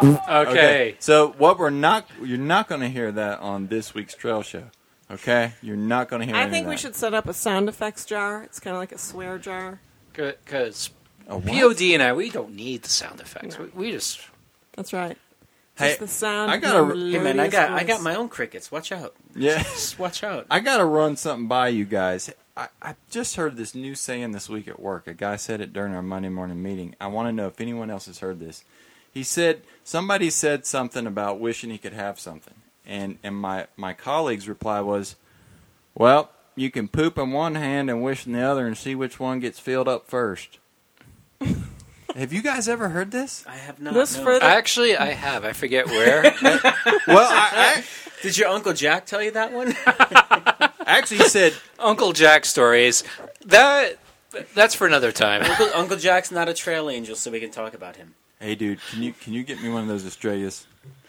little bit of that.
Okay.
So what we're not you're not going to hear that on this week's trail show. Okay, you're not going to hear.
I
any
think
of
we
that.
should set up a sound effects jar. It's kind of like a swear jar.
Because
A what?
POD and I, we don't need the sound effects. We, we just
That's right.
Hey,
Just the sound.
I gotta-
of
Hey,
Hey man, I
melodious
got I got
voice.
my own crickets. Watch out!
Yeah.
Just watch out.
I gotta run something by you guys. I, I just heard this new saying this week at work. A guy said it during our Monday morning meeting. I want to know if anyone else has heard this. He said somebody said something about wishing he could have something, and and my my colleague's reply was, "Well, you can poop in one hand and wish in the other, and see which one gets filled up first. have you guys ever heard this?
I have not.
This
no.
further-
actually I have. I forget where.
Well, I,
Did your uncle Jack tell you that one?
I actually he said
Uncle Jack stories. That that's for another time.
uncle, uncle Jack's not a trail angel, so we can talk about him.
Hey, dude, can you can you get me one of those Estrellas?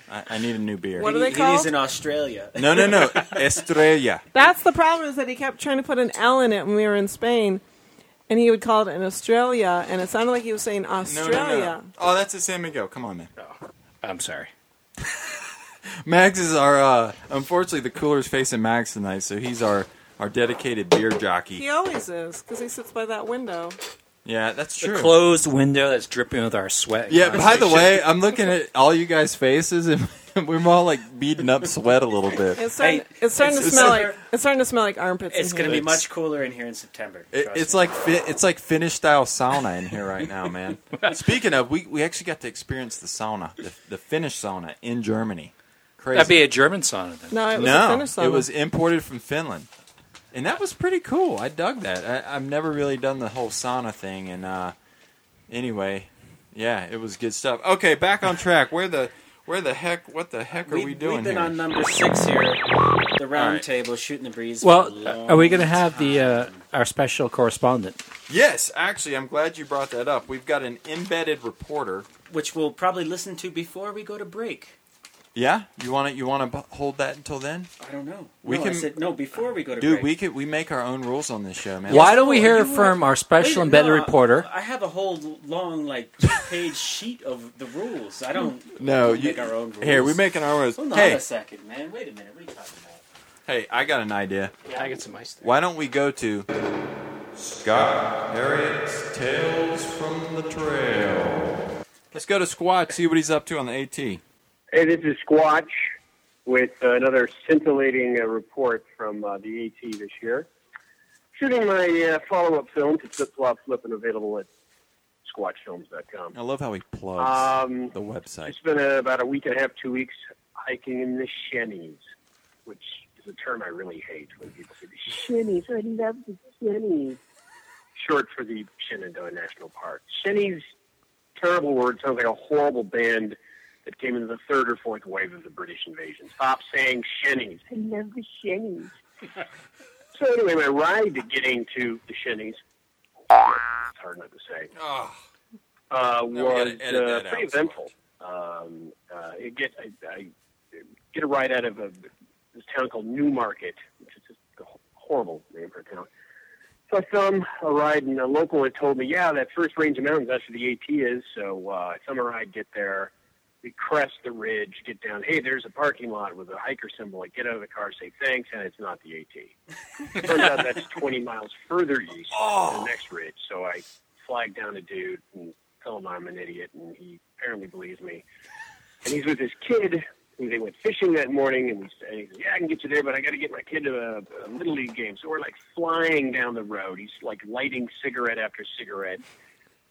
I, I need a new beer.
What are
He-
they
He is
called?
in Australia.
No, no, no, Estrella.
That's the problem is that he kept trying to put an L in it when we were in Spain, and he would call it an Australia, and it sounded like he was saying
No,
Australia.
no, no, no. Oh, that's a San Miguel. Come on, man.
I'm sorry.
Max is our. Uh, unfortunately, the cooler's facing Max tonight, so he's our our dedicated beer
He
jockey.
always is because he sits by that window.
Yeah, that's true.
The closed window that's dripping with our sweat.
yeah. By the way, I'm looking at all you guys' faces, and we're all like beating up sweat a little bit.
It's starting.
Hey,
it's starting
it's-
to smell
it's-
like. It's starting to smell like armpits.
It's
in
going to
here.
be much cooler in here in September.
It,
trust
it's
me.
like fi- it's like Finnish style sauna in here right now, man. Speaking of, we, we actually got to experience the sauna, the, the Finnish sauna in Germany. Crazy.
That'd be a German sauna then.
No, it was a
no,
Finnish sauna.
it was imported from Finland, and that was pretty cool. I dug that. I, I've never really done the whole sauna thing, and uh, anyway, yeah, it was good stuff. Okay, back on track. Where the where the heck? What the heck are we, doing
have been
here?
on number six here, the round
Alright.
table, shooting the breeze. for a
Well,
long
are we going to have the uh, our special correspondent?
yes, actually, I'm glad you brought that up. We've got an embedded reporter.
which we'll probably listen to before we go to break.
Yeah, you want to you want to hold that until then?
I don't know.
We
no, I
can-
said no before we go to
Dude,
break.
we could we make our own rules on this show, man.
Why don't we
Oh,
hear
you
from
were-
our special
Wait,
embedded
no,
reporter?
I have a whole long, like, page sheet of the rules. I don't.
No,
we
you,
make our own rules.
Here, we making our own
Hold
rules.
on
Hey,
a second, man. Wait a minute. What are you talking about?
hey, I got an idea.
I get some ice.
Why don't we go to Scott Harriet's Tales from the Trail? Let's go to Squat, see what he's up to on the AT.
Hey, this is Squatch with another scintillating uh, report from uh, the AT this year. Shooting my uh, follow-up film to Flip Flop Flippin' available at squatchfilms.com.
I love how he plugs
Uh,
Um,
the website.
it's been uh, about a week and a half, two weeks hiking in the shennies, which is a term I really hate when people say the shennies. I love the shennies. Short for the Shenandoah National Park. Shennies, terrible word, sounds like a horrible band that came in the third or fourth wave of the British invasion. Stop saying shennies. I love the shennies. so anyway, my ride to getting to the shennies, it's hard not to say,
Oh,
uh,
Now we
was
gotta edit
uh,
that out,
pretty eventful. Um, uh, it get I, I get a ride out of a, this town called Newmarket, which is just a ho- horrible name for a town. So I thumb um, a ride, and a local had told me, yeah, that first range of mountains, that's where the AT is. So uh, I thumb a ride, get there, we crest the ridge, get down. Hey, there's a parking lot with a hiker symbol. I get out of the car, say thanks, and it's not the AT. Turns out that's 20 miles further east, to the next ridge. So I flag down a dude and tell him I'm an idiot, and he apparently believes me. And he's with his kid, who they went fishing that morning, and, we, and he says, "Yeah, I can get you there, but I got to get my kid to a, a little league game." So we're like flying down the road. He's like lighting cigarette after cigarette,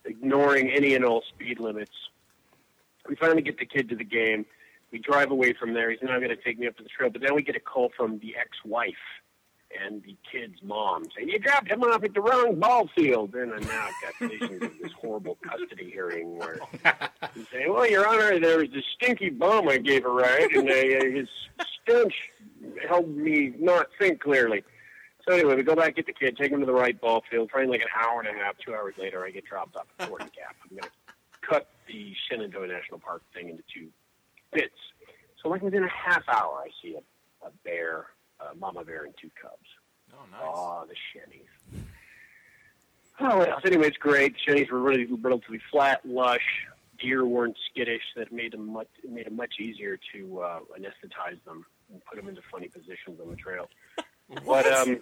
ignoring any and all speed limits. We finally get the kid to the game. We drive away from there. He's not going to take me up to the trail, but then we get a call from the ex-wife and the kid's mom saying, You dropped him off at the wrong ball field. And I'm now I've got visions of this horrible custody hearing where he's saying, Well, Your Honor, there was this stinky bum I gave a ride, and uh, his stench helped me not think clearly. So anyway, we go back, get the kid, take him to the right ball field. Probably like an hour and a half, two hours later, I get dropped off at Gordon Gap. I'm going to cut the Shenandoah National Park thing into two bits. So like within a half hour, I see a, a bear, a mama bear, and two cubs.
Oh,
Oh, the Shennies. Oh, well, anyway, it's great. The Shennies were really relatively flat, lush. Deer weren't skittish. That made them much it made it much easier to uh, anesthetize them and put them into funny positions on the trail. But um,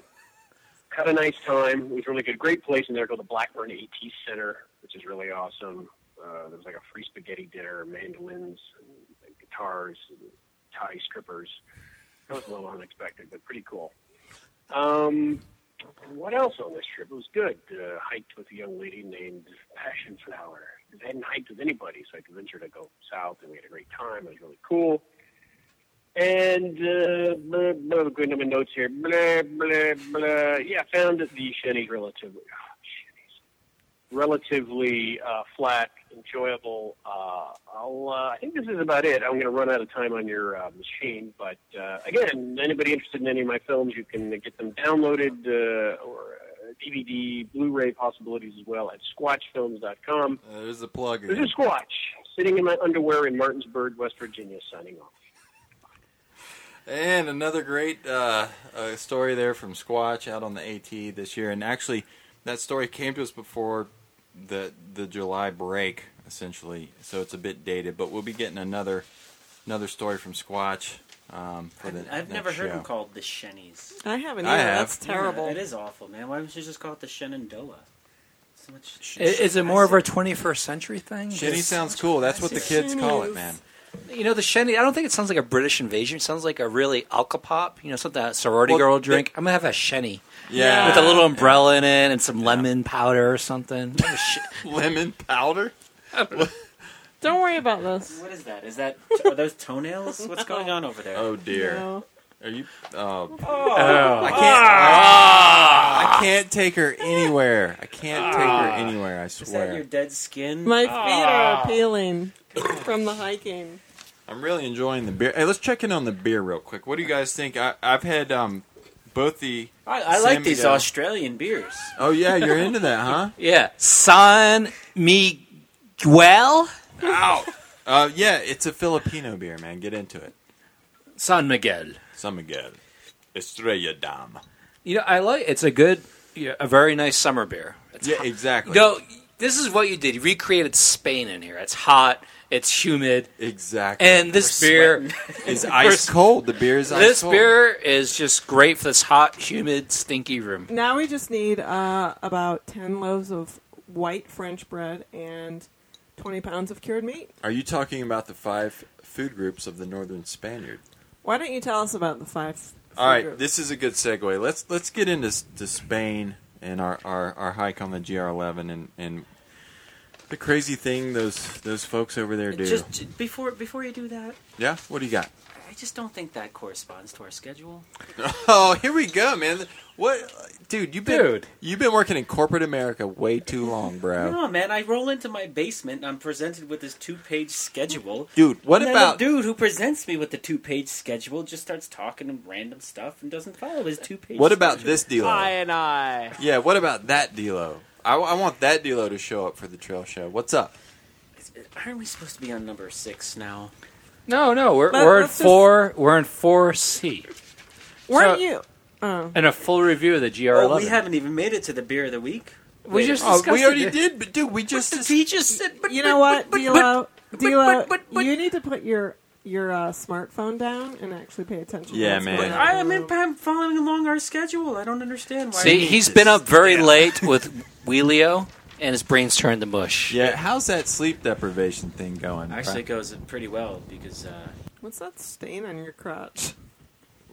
had a nice time. It was really good. Great place in there called the Blackburn AT Center, which is really awesome. Uh, there was like a free spaghetti dinner, mandolins, and guitars, and Thai strippers. That was a little unexpected, but pretty cool. Um, what else on this trip? It was good. Uh, hiked with a young lady named Passion Flower. I hadn't hiked with anybody, so I convinced her to go south, and we had a great time. It was really cool. And uh, blah, blah, going to my notes here. Blah, blah, blah. Yeah, I found that the Shenny's relatively, oh, Shenny's, relatively uh, flat, enjoyable. Uh, I'll, uh, I think this is about it. I'm going to run out of time on your uh, machine, but uh, again, anybody interested in any of my films, you can get them downloaded uh, or uh, DVD, Blu-ray possibilities as well at squatchfilms.com.
Uh, there's the plug.
This
again.
is Squatch, sitting in my underwear in Martinsburg, West Virginia, signing off.
And another great uh, uh, story there from Squatch out on the AT this year. And actually, that story came to us before the the July break, essentially. So it's a bit dated, but we'll be getting another another story from Squatch. Um, for
I've,
the
I've
next
never heard
show.
them called the Shennies.
I haven't
I
either.
have.
That's terrible.
It is awful, man. Why don't you just call it the Shenandoah? So much.
Is, it more of a 21st century thing?
Shinny
Is-
sounds cool. That's what the kids call it, man.
You know, the Shenny, I don't think it sounds like a British invasion. It sounds like a really alka pop, you know, something a sorority
Well,
girl
they-
drink. I'm going to have a Shenny
Yeah,
with a little umbrella in it and some lemon powder or something. Oh, shit.
lemon powder.
Don't worry about this.
What is that? Is that are those toenails? What's going on over there?
Oh dear.
No.
Are you? Oh, I can't. I can't take her anywhere. I can't take her anywhere. I
is that your
swear.
dead skin?
My feet
Ah.
are peeling from the hiking.
I'm really enjoying the beer. Hey, let's check in on the beer real quick. What do you guys think? I, I've had um, both the.
I, I like
Sammy
these
does.
Australian beers.
Oh yeah, you're into that, huh?
yeah. San Miguel?
Uh, yeah, it's a Filipino beer, man. Get into it.
San Miguel.
San Miguel, Estrella Dam.
You know, I like it's a good, yeah, a very nice summer beer. It's
Yeah, exactly.
No, this is what you did. You recreated Spain in here. It's hot. It's humid.
Exactly.
And this beer,
is ice cold. The beer is ice
this
cold.
beer is just great for this hot, humid, stinky room.
Now we just need uh, about 10 loaves of white French bread and 20 pounds of cured meat.
Are you talking about the five food groups of the Northern Spaniard?
Why don't you tell us about the five? food
All right,
groups?
this is a good segue. Let's let's get into s- to Spain and our, our, our hike on the GR11 and, and the crazy thing those those folks over there do.
Just j- before before you do that,
yeah, what do you got?
I just don't think that corresponds to our schedule.
Oh, here we go, man. What, dude? You've been
Dude.
you've been working in corporate America way too long, bro.
No, man. I roll into my basement and I'm presented with this two-page schedule.
Dude, what
and then
about
the dude who presents me with the two-page schedule? Just starts talking random stuff and doesn't follow his two-page.
what about
schedule.
this deal?
and I.
Yeah, what about that dealo? I, I want that dealo to show up for the trail show. What's up?
Aren't we supposed to be on number six now?
No, no, we're,
Let-
we're in
let's just-
four. We're in four C,
Weren't
So-
you? Oh.
and a full review of the GR
Oh,
eleven.
we haven't even made it to the beer of the week.
We
Wait,
just
Oh,
discussed
we
it.
already did, but dude, we just
But he just said. But,
You know what, Dilo? Dilo,
but- but- but-
you need to put your your uh, smartphone down and actually pay attention.
Yeah,
to what's
man.
going on.
I am in, I'm following along our schedule. I don't understand why.
See, he's been
Oh,
up very late with Wheelio, and his brain's turned to mush.
Yeah, how's that sleep deprivation thing going?
actually it
Brian?
goes pretty well because uh,
What's that stain on your crotch?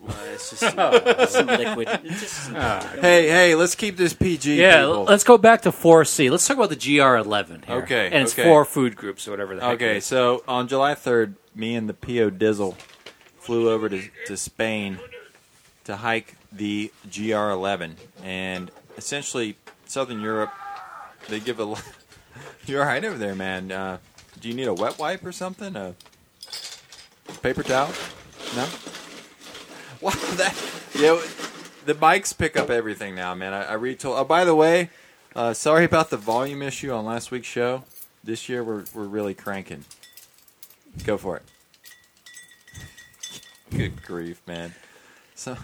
uh, it's just uh, some liquid. It's just,
hey, hey, let's keep this PG.
Yeah,
people.
let's go back to 4C. Let's talk about the GR11 here.
Okay,
And it's
okay.
four food groups or whatever the heck. it
Okay,
is.
so on July 3rd, me and the PO Dizzle flew over to, to Spain to hike the GR11, and essentially Southern Europe, they give a. l- You're all right over there, man. Uh, do you need a wet wipe or something? A paper towel? No. Wow, that yeah. w- The mics pick up everything now, man. I, I retold. Oh, by the way, uh, sorry about the volume issue on last week's show. This year we're we're really cranking. Go for it. Good grief, man. So,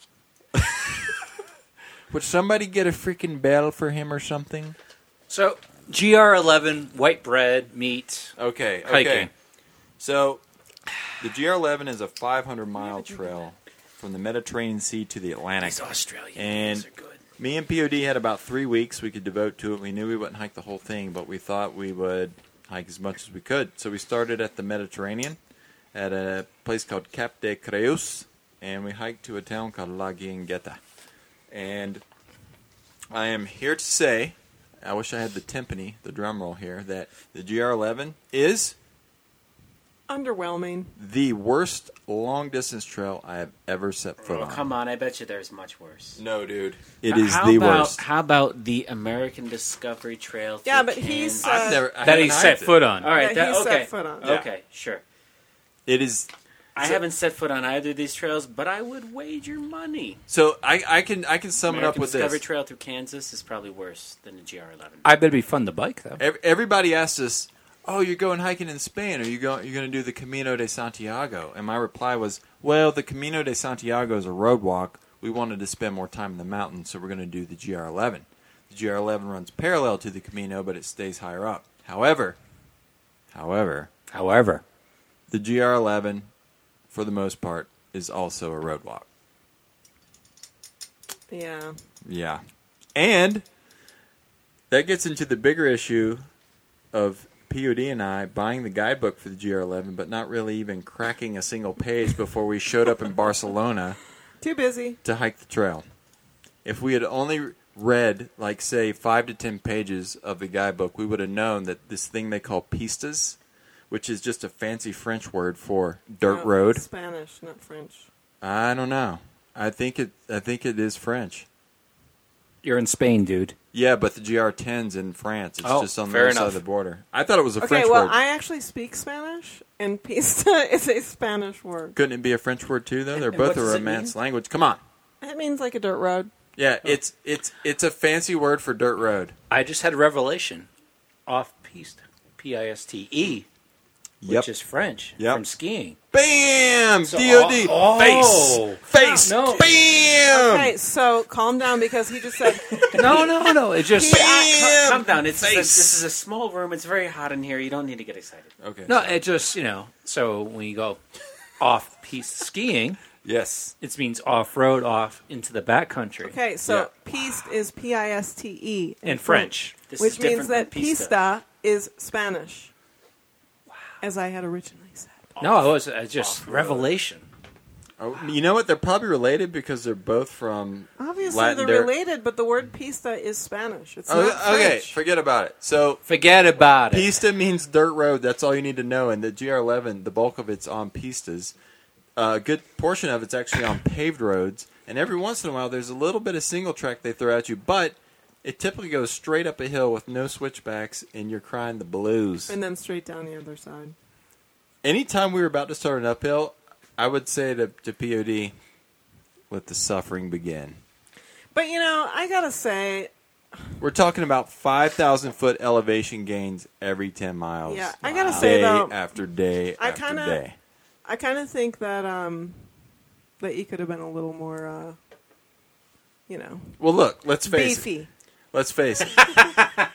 would somebody get a freaking bell for him or something?
So GR11 white bread meat.
Okay, okay.
Hiking.
So, the GR11 is a 500 mile trail from the Mediterranean Sea to the Atlantic.
These Australian
And-
meals are good.
Me and POD had about three weeks we could devote to it. We knew we wouldn't hike the whole thing, but we thought we would hike as much as we could. So we started at the Mediterranean at a place called Cap de Creus, and we hiked to a town called La Guingueta. And I am here to say, I wish I had the timpani, the drum roll here, that the GR11 is
Underwhelming.
the worst long distance trail I have ever set foot
Oh,
on.
come on! I bet you there's much worse.
No, dude. It
Now,
is
how
the
about,
worst.
How about the American Discovery Trail?
Yeah,
through
but he's,
Kansas?
uh,
I've never, I
That he
haven't
set
hiked it.
foot on.
all right.
Yeah,
that,
he set
okay.
foot on.
Yeah.
Okay, sure.
It is
I
So-
haven't set foot on either of these trails, but I would wager money.
So I, I can I can sum it up
American
with
Discovery
this.
Trail through Kansas is probably worse than the GR11.
I bet it'd be fun to bike though.
Ev- Everybody asks us, "Oh, you're going hiking in Spain? Are you going you're going to do the Camino de Santiago?" And my reply was, "Well, the Camino de Santiago is a road walk. We wanted to spend more time in the mountains, so we're going to do the GR11. The GR11 runs parallel to the Camino, but it stays higher up. However, however,
However,
the GR11, for the most part, is also a road walk.
Yeah.
Yeah. And that gets into the bigger issue of POD and I buying the guidebook for the GR11, but not really even cracking a single page before we showed up in Barcelona
Too busy.
to hike the trail. If we had only read, like, say, five to ten pages of the guidebook, we would have known that this thing they call pistas, which is just a fancy French word for dirt
No,
road.
Spanish, not French.
I don't know. I think it. I think it is French.
you're in Spain, dude.
Yeah, but the GR10's in France. It's
Oh,
just on the
fair
other side of
enough.
the border. I thought it was a
okay,
French
well,
word.
I actually speak Spanish, and pista is a Spanish word.
Couldn't it be a French word too, though? They're
And
both
what
a
does it
Romance language. Come on.
That means like a dirt road.
Yeah,
Oh.
it's it's it's a fancy word for dirt road.
I just had a revelation. Off piste, P I S T E, which is French
Yep.
from skiing.
Bam!
So-
DOD.
Oh.
Face. Face.
No.
Bam!
Okay, so calm down because he just said
No, no, no. It just
Bam!
Calm down. It's
face.
this is a small room. It's very hot in here. You don't need to get excited.
Okay.
no. It just you know. So when you go off piste skiing,
Yes.
it means off road, off into the backcountry.
Okay, so piste is P I S T E
In French.
This is
which means
different than
that pista is Spanish, as I had originally said.
No, it was uh, just revelation.
Oh, you know what? They're probably related because they're both from
Obviously,
Latin
they're
dirt-
related, but the word pista is Spanish. It's
Oh,
not
okay,
French.
forget about it. So
Forget about it.
Pista means dirt road. That's all you need to know. And the GR11, the bulk of it's on pistas. Uh, a good portion of it's actually on paved roads. And every once in a while, there's a little bit of single track they throw at you, but it typically goes straight up a hill with no switchbacks, and you're crying the blues.
And then straight down the other side.
Anytime we were about to start an uphill, I would say to, to POD, let the suffering begin.
But you know, I gotta say,
We're talking about 5,000 foot elevation gains every 10 miles.
Yeah, I gotta say,
day
though,
after day
I
after
kinda-
day.
I kind of think that um, that you could have been a little more, uh, you know,
Well, look, let's face it.
beefy.
Let's face it.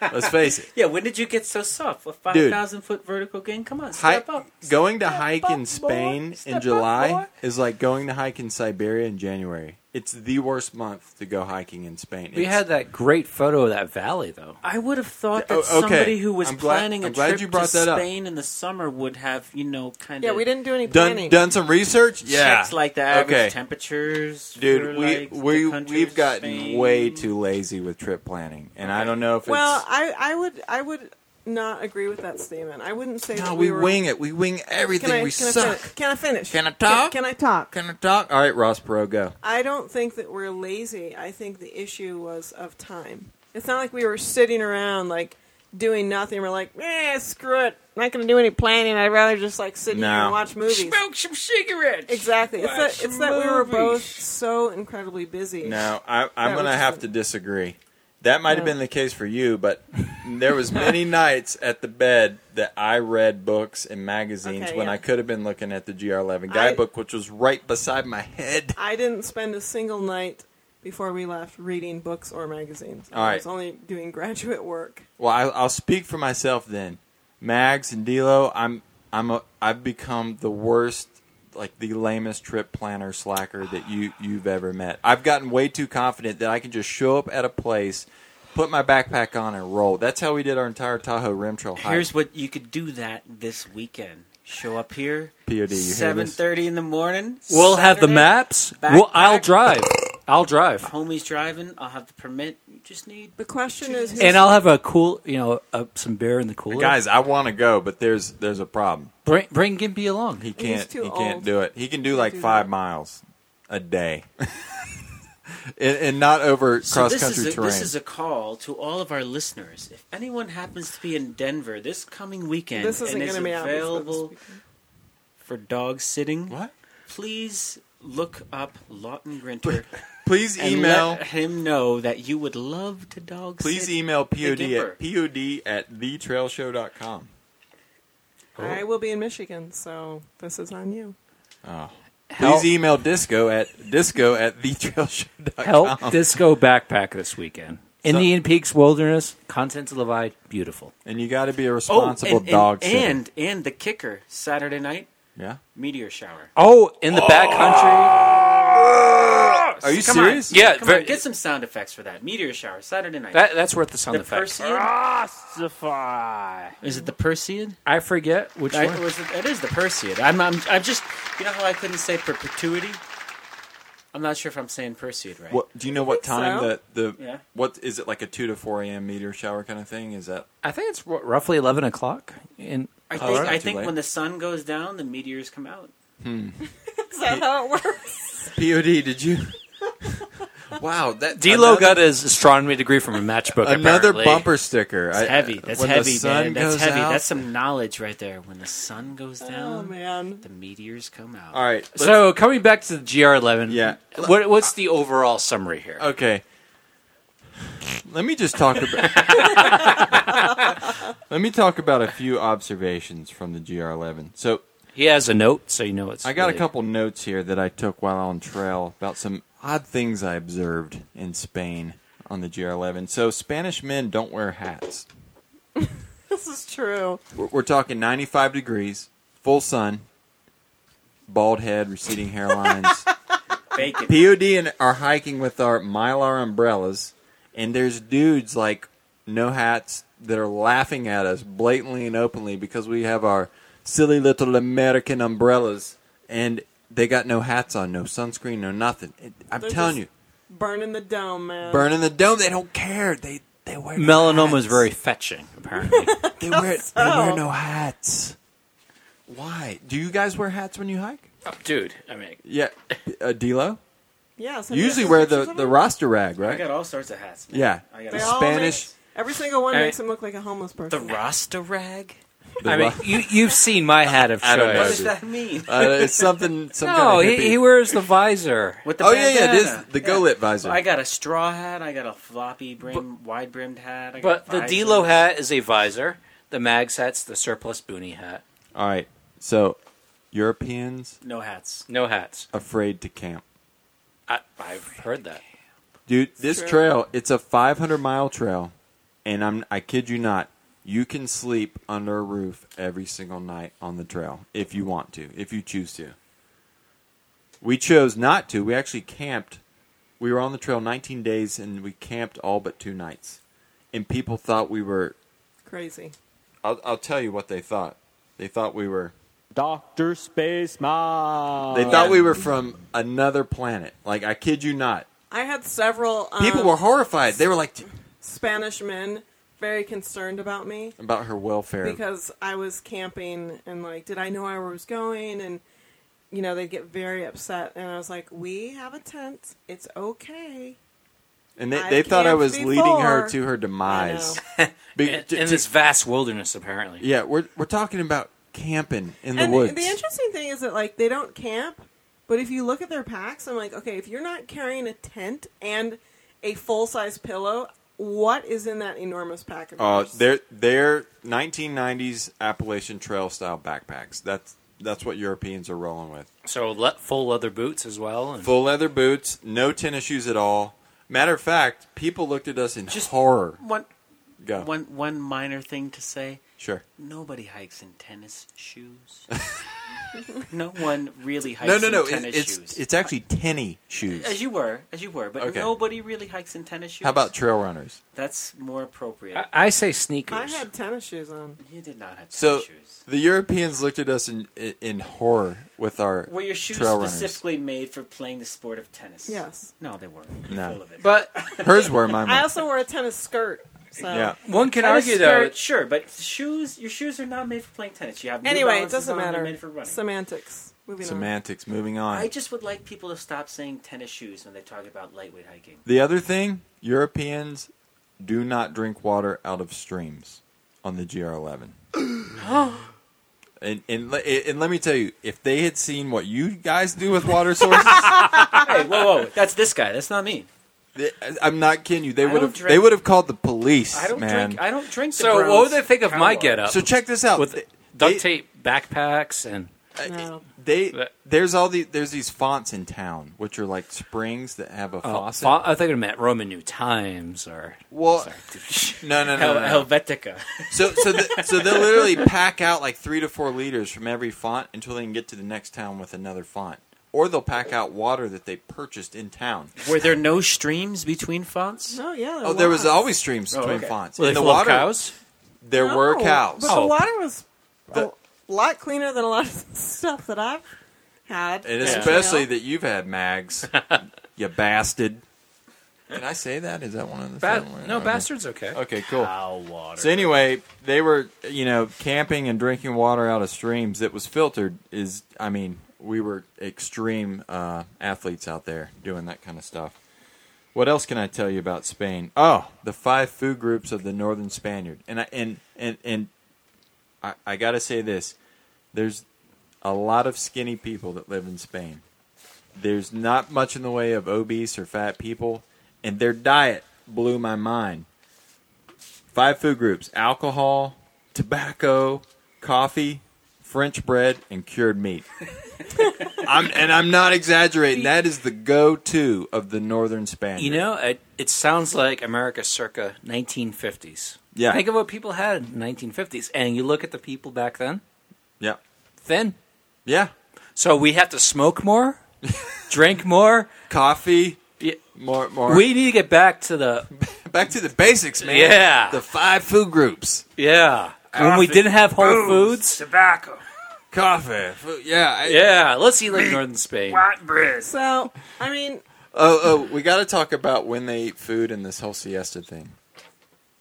Let's face it.
Yeah, when did you get so soft? A
Dude.
5,000 foot vertical gain? Come on,
Hi-
step up.
going to hike in
up,
Spain
boy. Step
in
up,
July
boy.
is like going to hike in Siberia in January. It's the worst month to go hiking in Spain.
We
It's-
had that great photo of that valley, though.
I would have thought that
Oh, okay.
somebody who was
I'm glad-
planning a
I'm glad
trip
you brought
to
that up.
Spain in the summer would have, you know, kind
Yeah,
of
we didn't do any
done
planning.
done some research. Yeah,
checked like the average
Okay.
temperatures.
Dude,
for,
we
like, the
we
countries,
we've gotten
Spain.
way too lazy with trip planning, and I don't know if it's
Well, I, I would I would not agree with that statement. I wouldn't say
No,
that
we,
were,
wing it. We wing everything.
Can I,
we
can, I
suck.
fin- can I finish?
Can I talk?
Can, I talk?
Can I talk? All right, Ross Perot, go.
I don't think that we're lazy. I think the issue was of time. It's not like we were sitting around like doing nothing. We're like, eh, screw it. I'm not going to do any planning. I'd rather just like sit here
No.
and watch movies.
Smoke some cigarettes.
Exactly. It's that,
Watch
it's that we were both
movies.
so incredibly busy.
No, I, I'm
That
going to
was
have
just-
to disagree. That might have
No.
been the case for you, but there was many nights at the bed that I read books and magazines
Okay,
when
yeah.
I could have been looking at the GR11 guidebook, which was right beside my head.
I didn't spend a single night before we left reading books or magazines.
All right.
I was only doing graduate work.
Well, I, I'll speak for myself then. Mags and D'Lo, I'm I'm a, I've become the worst, like the lamest trip planner slacker that you you've ever met. I've gotten way too confident that I can just show up at a place, put my backpack on, and roll. That's how we did our entire Tahoe Rim Trail hike.
Here's what you could do that this weekend. Show up here.
POD. You hear this?
Seven thirty in the morning.
We'll have the
Saturday.
maps.
Back-
Well, I'll
back-
drive. I'll drive,
Homie's driving. I'll have the permit. You just need.
The question is, who's-
and I'll have a cool, you know, uh, some beer in the cooler.
Guys, I want to go, but there's there's a problem.
bring bring Gimpy along.
He can't
too
he can't
old.
do it. He can do like
do
five
that.
miles a day, and, and not over
So
cross
this
country
is, a,
terrain.
this is a call to all of our listeners. If anyone happens to be in Denver this coming weekend
this isn't going
and is
to be obvious, but
available
this weekend.
for dog sitting,
what?
please look up Lawton Grinter
Please
and
email.
let him know that you would love to dog
Please
sit.
email pod
The
at pod at thetrailshow.com.
I will be in Michigan, so this is on you.
Please email disco at disco at thetrailshow.com.
Help Disco Backpack this weekend. Indian Peaks Wilderness, Contents of the Divide, beautiful.
And you got to be a
Oh,
responsible
and,
dog
and,
sitter.
and and the kicker Saturday night
yeah.
meteor shower.
Oh, in the back country. Oh.
Are you
Come
serious?
On.
Yeah,
come
very-
on, get some sound effects for that meteor shower Saturday night.
That, that's worth the sound
the
effect.
Perseid
Ossify.
is it the Perseid?
I forget which
I,
one.
was it, it is the Perseid. I'm, I'm I'm just you know how I couldn't say perpetuity. I'm not sure if I'm saying Perseid right.
What, do you know what
think
time
so.
the the
Yeah.
what is it like a two to four a.m. meteor shower kind of thing? Is that
I think it's r- roughly eleven o'clock. In
I
Oh,
think
that's
I
too
think
late.
when the sun goes down, the meteors come out.
Is that how it works?
pod? Did you? wow, that
D'Lo
another-
got his astronomy degree from a matchbook.
another
apparently.
bumper sticker.
That's heavy. That's heavy, man. That's heavy.
Out,
That's some knowledge right there. When the sun goes
Oh
down,
man,
the meteors come out.
all right. let's-
So coming back to the GR11.
Yeah.
What, what's the overall summary here?
Okay. Let me just talk about. Let me talk about a few observations from the GR11. So
He has a note, so you know it's.
I got a
really-
couple notes here that I took while on trail about some odd things I observed in Spain on the GR11. So Spanish men don't wear hats.
this is true.
We're, we're talking 95 degrees, full sun, bald head, receding hairlines.
Bacon.
POD and are hiking with our Mylar umbrellas, and there's dudes like no hats that are laughing at us blatantly and openly because we have our silly little American umbrellas, and they got no hats on, no sunscreen, no nothing. It, I'm
They're
telling
just- Burning the dome, man.
you, burning the dome, they don't care. They they wear no
Melanoma is
hats.
very fetching, apparently.
They wear they wear
so.
no hats. Why? Do you guys wear hats when you hike?
Oh, dude, I mean,
Yeah, uh, D'Lo.
Yeah, so
You usually
there's
wear
pictures
the
of
the
them.
roster rag,
I got
right?
all sorts of hats. Man.
Yeah.
I got
They
The
all-
all
Spanish-
make- every single one
All right.
makes him look like a homeless
the
person.
Rasta rag.
The
I mean,
ro-
you you've seen my hat of
I don't
What
know,
choice.
does that mean?
Uh, it's something. Some
No,
kind of
he, he wears the visor.
With the
Oh yeah, yeah. It is
bandana.
the go lit visor.
I got a straw hat. I got a floppy brim, wide brimmed hat. I
But
got
the
visors.
D'Lo hat is a visor. The Mags hat's the surplus boonie hat.
All right. So, Europeans
no hats.
No hats.
afraid to camp,
I, I've heard that.
dude. This
true.
trail, it's a 500 mile trail, and I'm I kid you not. You can sleep under a roof every single night on the trail if you want to, if you choose to. We chose not to. We actually camped. We were on the trail 19 days, and we camped all but two nights. And people thought we were
Crazy.
I'll, I'll tell you what they thought. They thought we were.
Doctor Space Mom.
They thought we were from another planet. Like I kid you not.
I had several um,
People were horrified. They were like,
Spanish men very concerned about me
About her welfare.
because I was camping and like, did I know where I was going? And you know, they'd get very upset, and I was like, we have a tent. It's okay.
and they,
I
they thought I
camped
was leading her
before.
to her demise. Be-
in,
to-
in
to-
this vast wilderness, apparently.
yeah, we're, we're talking about camping in the
and
woods.
the interesting thing is that like they don't camp, but if you look at their packs, I'm like, okay, if you're not carrying a tent and a full size pillow, what is in that enormous pack of
Uh,
yours?
they're they're 1990s Appalachian Trail style backpacks. That's that's what Europeans are rolling with.
So le- full leather boots as well. And
Full leather boots, no tennis shoes at all. Matter of fact, people looked at us in
Just-
horror.
One,
Go,
one, one minor thing to say.
sure.
Nobody hikes in tennis shoes. no one really hikes
No, no,
in
no. It,
tennis
it's
shoes.
it's actually tenny shoes.
as you were, as you were, but
Okay.
nobody really hikes in tennis shoes.
How about trail runners?
that's more appropriate?
I, I say
I
sneakers.
had tennis shoes on.
you did not have tennis
So
shoes.
the Europeans looked at us in in- in horror with our
Were your shoes
trail runners.
specifically made for playing the sport of tennis?
Yes.
No, they weren't. You're
No.
full of it.
But
Hers were mine.
I
were.
also wore a tennis skirt. So
Yeah.
one can
tennis
argue though.
skirt, sure, but shoes. Your shoes are not made for playing tennis. You have New
Anyway, it
Balances
doesn't
on, they're
matter.
Made for running.
Semantics. Moving
Semantics. Moving on.
I just would like people to stop saying tennis shoes when they talk about lightweight hiking.
The other thing, Europeans do not drink water out of streams on the GR11. and, and le- and let me tell you, if they had seen what you guys do with water sources,
hey, whoa, whoa, that's this guy. That's not me.
they- I'm not kidding you. They
I
would
don't
have
drink-
they would have called the police,
I don't
man.
drink. I don't drink. The
So what
Browns
would they think of
cow
my
water.
getup?
so check this out.
with
They-
duct
they-
tape backpacks and
I-
No.
They there's all the there's these fonts in town which are like springs that have a
Oh,
faucet.
Fa- I think it meant Roman New Times or
well, no, no, no,
Hel-
no, no.
Helvetica.
So so the, so they'll literally pack out like three to four liters from every font until they can get to the next town with another font, or they'll pack out water that they purchased in town.
Were there no streams between fonts?
On. Oh yeah.
Oh, there was always streams between
okay.
fonts.
Were they
And the
full of
water,
cows.
there were
No,
cows.
But
Oh.
the water was
The-
a lot cleaner than a lot of stuff that I've had.
and
Yeah.
especially
Yeah.
that you've had mags, you bastard. Can I say that? Is that one of the
Ba-
seven words?
no,
Okay.
bastards. Ah, Okay.
Okay, cool.
Cow water.
So anyway, they were you know camping and drinking water out of streams that was filtered. Is I mean, we were extreme uh, athletes out there doing that kind of stuff. What else can I tell you about Spain? Oh, the five food groups of the northern Spaniard, and I and and and I, I got to say this: there's a lot of skinny people that live in Spain. There's not much in the way of obese or fat people, and their diet blew my mind five food groups alcohol, tobacco, coffee, French bread, and cured meat. I'm, and I'm not exaggerating. That is the go to of the Northern Spaniard.
You know, it, it sounds like America circa 1950s.
Yeah.
Think of what people had in 1950s, and you look at the people back then.
Yeah.
Thin.
Yeah.
So we have to smoke more, drink more.
Coffee.
Yeah.
More, more.
We need to get back to the
Back to the basics, man.
Yeah.
The five food groups
yeah. when we didn't have Whole Foods.
Tobacco.
coffee. Food, yeah. I-
Yeah, let's eat like northern Spain.
White bread.
So I mean,
Oh, oh, we got to talk about when they eat food and this whole siesta thing.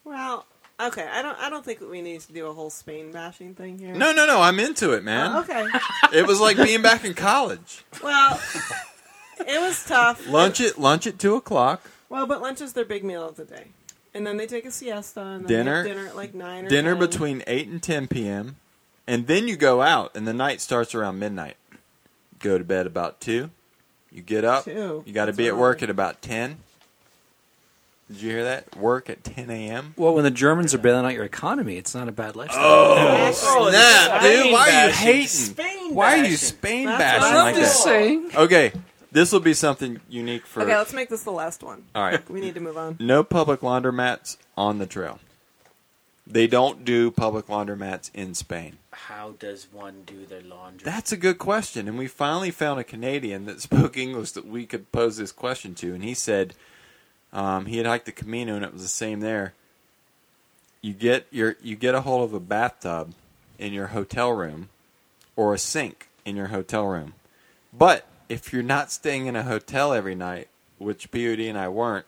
well, okay. I don't. I don't think we need to do a whole Spain bashing thing here.
No, no, no. I'm into it, man.
Okay.
It was like being back in college.
well, it was tough.
Lunch at lunch at two o'clock.
Well, but lunch is their big meal of the day, and then they take a siesta and then
Dinner-
they have dinner at like nine or
dinner
10.
between 8 and 10 p.m. and then you go out and the night starts around midnight go to bed about 2 you get up
Two.
you got to
That's
be at
early.
work at about 10 did you hear that work at 10 a.m
Well, when the Germans are bailing out your economy, it's not a bad lifestyle.
Oh.
Actually,
Snap, dude why are you hating
Spain
why are you
bashing.
spain
That's
bashing
what I'm
like
just
that
saying.
okay this will be something unique for
Okay, let's make this the last one.
all right
We need to move on.
no public laundromats on the trail they don't do public laundromats in spain
How does one do their laundry?
That's a good question. And we finally found a Canadian that spoke English that we could pose this question to. And he said um, he had hiked the Camino and it was the same there. You get your you get a hold of a bathtub in your hotel room or a sink in your hotel room. But if you're not staying in a hotel every night, which POD and I weren't,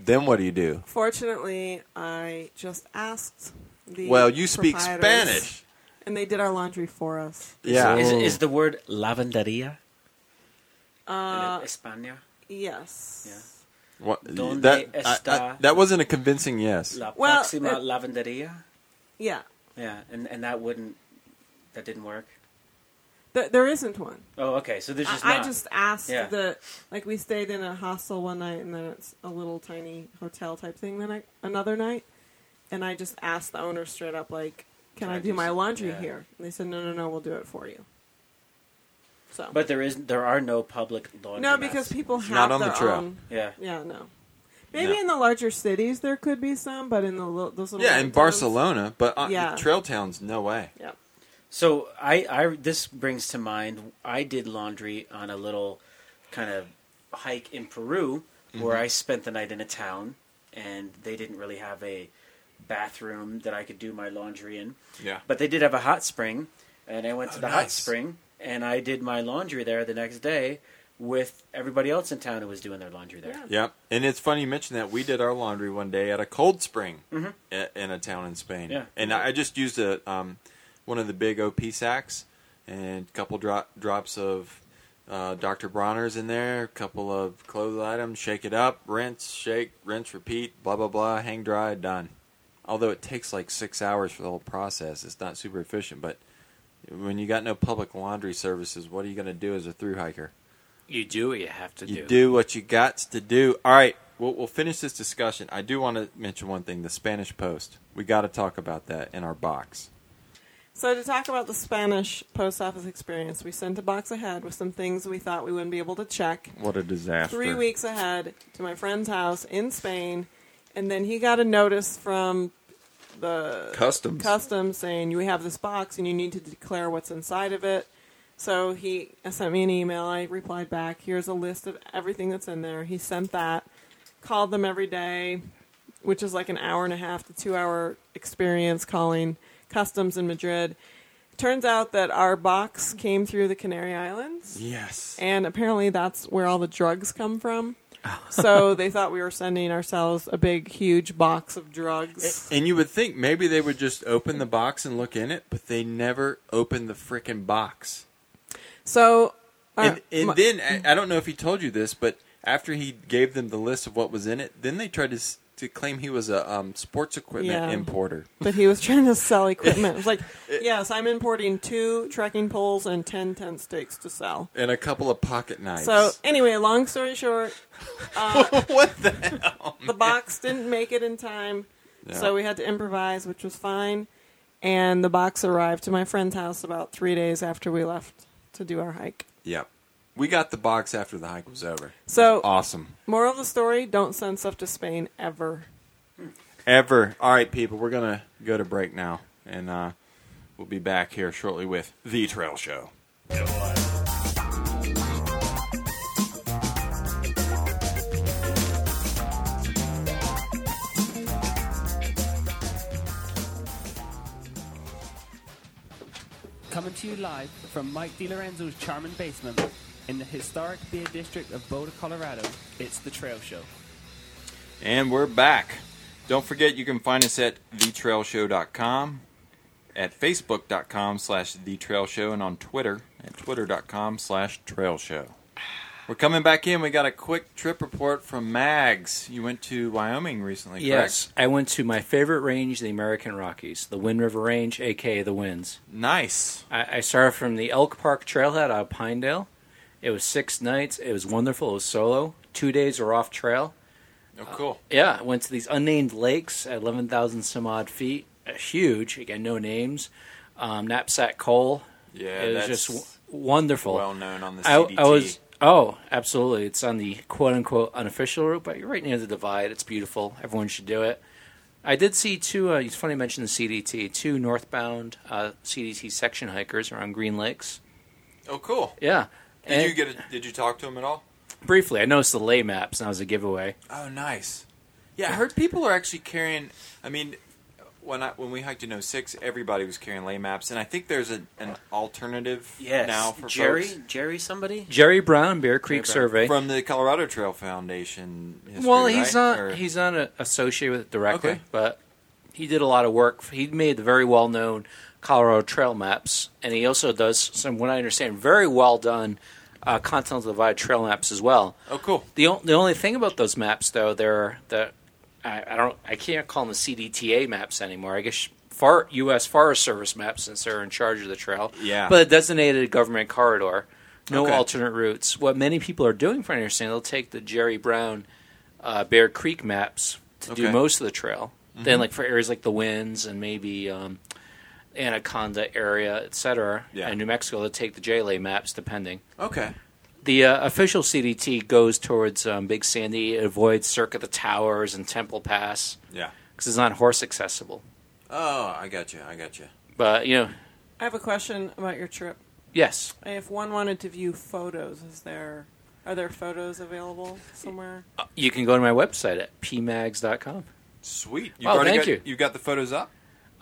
Then what do you do?
Fortunately, I just asked the
Well, you speak
proprietors,
Spanish.
and they did our laundry for us.
Yeah.
Is, is the word lavanderia? Uh, España.
Yes.
What-
Donde
that, I-
está
I- that wasn't a convincing yes.
La
Well,
próxima
it-
lavanderia.
Yeah.
Yeah, and and that wouldn't that didn't work.
Th- there isn't one.
Oh, okay. So there's just
I, I
not.
just asked
Yeah.
the like we stayed in a hostel one night and then it's a little tiny hotel type thing then I, another night and I just asked the owner straight up like can,
Can
I,
I
do
do
my
some-
laundry
yeah.
here and they said no no no we'll do it for you so
But there is there are no public laundromats.
no because people have
not on the
their
trail.
own
Yeah.
yeah no maybe
No.
in the larger cities there could be some but in the li- those little
Yeah, in
towns-
Barcelona, but uh,
Yeah.
trail towns, no way.
yeah
So I I this brings to mind I did laundry on a little kind of hike in Peru where I spent the night in a town and they didn't really have a bathroom that I could do my laundry in.
Yeah.
But they did have a hot spring, and I went to
Oh,
the hot
nice.
spring and I did my laundry there the next day with everybody else in town who was doing their laundry there.
Yeah.
Yep. And it's funny you mentioned that we did our laundry one day at a cold spring i- in a town in Spain.
Yeah.
And I I just used a um, one of the big OP sacks and a couple drop, drops of uh, Dr. Bronner's in there, a couple of clothes items, shake it up, rinse, shake, rinse, repeat, blah, blah, blah, hang dry, done. Although it takes like six hours for the whole process, it's not super efficient. But when you got no public laundry services, what are you going to do as a through hiker?
You do what you have to
You do what you got to do. All right, we'll, we'll finish this discussion. I do want to mention one thing: the Spanish Post. We got to talk about that in our box.
So to talk about the Spanish post office experience, we sent a box ahead with some things we thought we wouldn't be able to check.
What a disaster!
Three weeks ahead to my friend's house in Spain, and then he got a notice from the
Customs.
customs saying you have this box and you need to declare what's inside of it. So he sent me an email. I replied back. Here's a list of everything that's in there. He sent that. Called them every day, which is like an hour and a half to two hour experience calling customs in Madrid. Turns out that our box came through the Canary Islands,
Yes.
and apparently that's where all the drugs come from. so they thought we were sending ourselves a big, huge box of drugs.
And you would think maybe they would just open the box and look in it, but they never opened the frickin' box.
So, uh,
and and
my-
then I, I don't know if he told you this, but after he gave them the list of what was in it, then they tried to s- to claim he was a um, sports equipment
Yeah.
importer.
but he was trying to sell equipment. It was like, yes, I'm importing two trekking poles and ten tent stakes to sell.
And a couple of pocket knives.
So anyway, long story short, uh,
what the
the box didn't make it in time, so we had to improvise, which was fine. And the box arrived to my friend's house about three days after we left to do our hike.
Yep. We got the box after the hike was over.
So,
Awesome.
moral of the story: don't send stuff to Spain ever.
Ever. All right, people, we're going to go to break now, and uh, we'll be back here shortly with The Trail Show.
Coming to you live from Mike DiLorenzo's charming basement in the historic beer district of Boulder, Colorado, it's The Trail Show.
And we're back. Don't forget you can find us at thetrailshow.com, at facebook.com slash thetrailshow, and on Twitter at twitter.com slash trailshow. We're coming back in. We got a quick trip report from Mags. You went to Wyoming recently,
Yes, I went to my favorite range, the American Rockies, the Wind River Range, aka the Winds.
correct? Nice.
I, I started from the Elk Park Trailhead out of Pinedale. It was six nights. It was wonderful. It was solo. Two days were off trail.
Oh, cool.
Yeah, I went to these unnamed lakes at 11,000 some odd feet. Uh, Huge. Again, no names. Um, knapsack coal.
Yeah,
it was
that's
just w- wonderful.
well known on the
I,
CDT.
I was oh, absolutely. It's on the quote unquote unofficial route, but you're right near the divide. It's beautiful. Everyone should do it. I did see two. Uh, it's funny you mentioned the CDT. Two northbound uh, CDT section hikers around Green Lakes.
oh, cool.
Yeah.
Did you get? A, did you talk to him at all?
briefly? I noticed the lay maps, and that was a giveaway.
Oh, nice. Yeah, I heard people are actually carrying. I mean, when I when we hiked in 06, everybody was carrying lay maps, and I think there's a, an alternative
Yes.
now for
Jerry,
folks.
Jerry, somebody.
Jerry Brown, Bear Creek
Brown.
Survey.
from the Colorado Trail Foundation. History,
well, he's
right?
not
Or-
he's not a, associated with it directly,
Okay.
but he did a lot of work. He made the very well known Colorado Trail maps, and he also does some, what I understand, very well done uh, Continental Divide Trail maps as well.
oh, cool.
The on, the only thing about those maps, though, they're the I, I don't I can't call them the CDTA maps anymore. I guess far U.S. Forest Service maps since they're in charge of the trail.
Yeah.
but a designated government corridor, no
Okay.
alternate routes. What many people are doing, for understanding, they'll take the Jerry Brown uh, Bear Creek maps to do
Okay. Mm-hmm.
most of the trail. Then, like for areas like the Winds and maybe. Um, Anaconda area, etc.,
Yeah.
and New Mexico, they'll take the JLA maps depending.
Okay.
The uh, official CDT goes towards um, Big Sandy, it avoids Circuit the Towers and Temple Pass
Yeah.
because it's not horse accessible.
Oh, I got you. I got you.
But you know,
I have a question about your trip.
yes,
If one wanted to view photos, is there are there photos available somewhere?
you can go to my website at pmags.com.
Sweet. You've
Oh,
already
thank
got,
you.
You've got the photos up.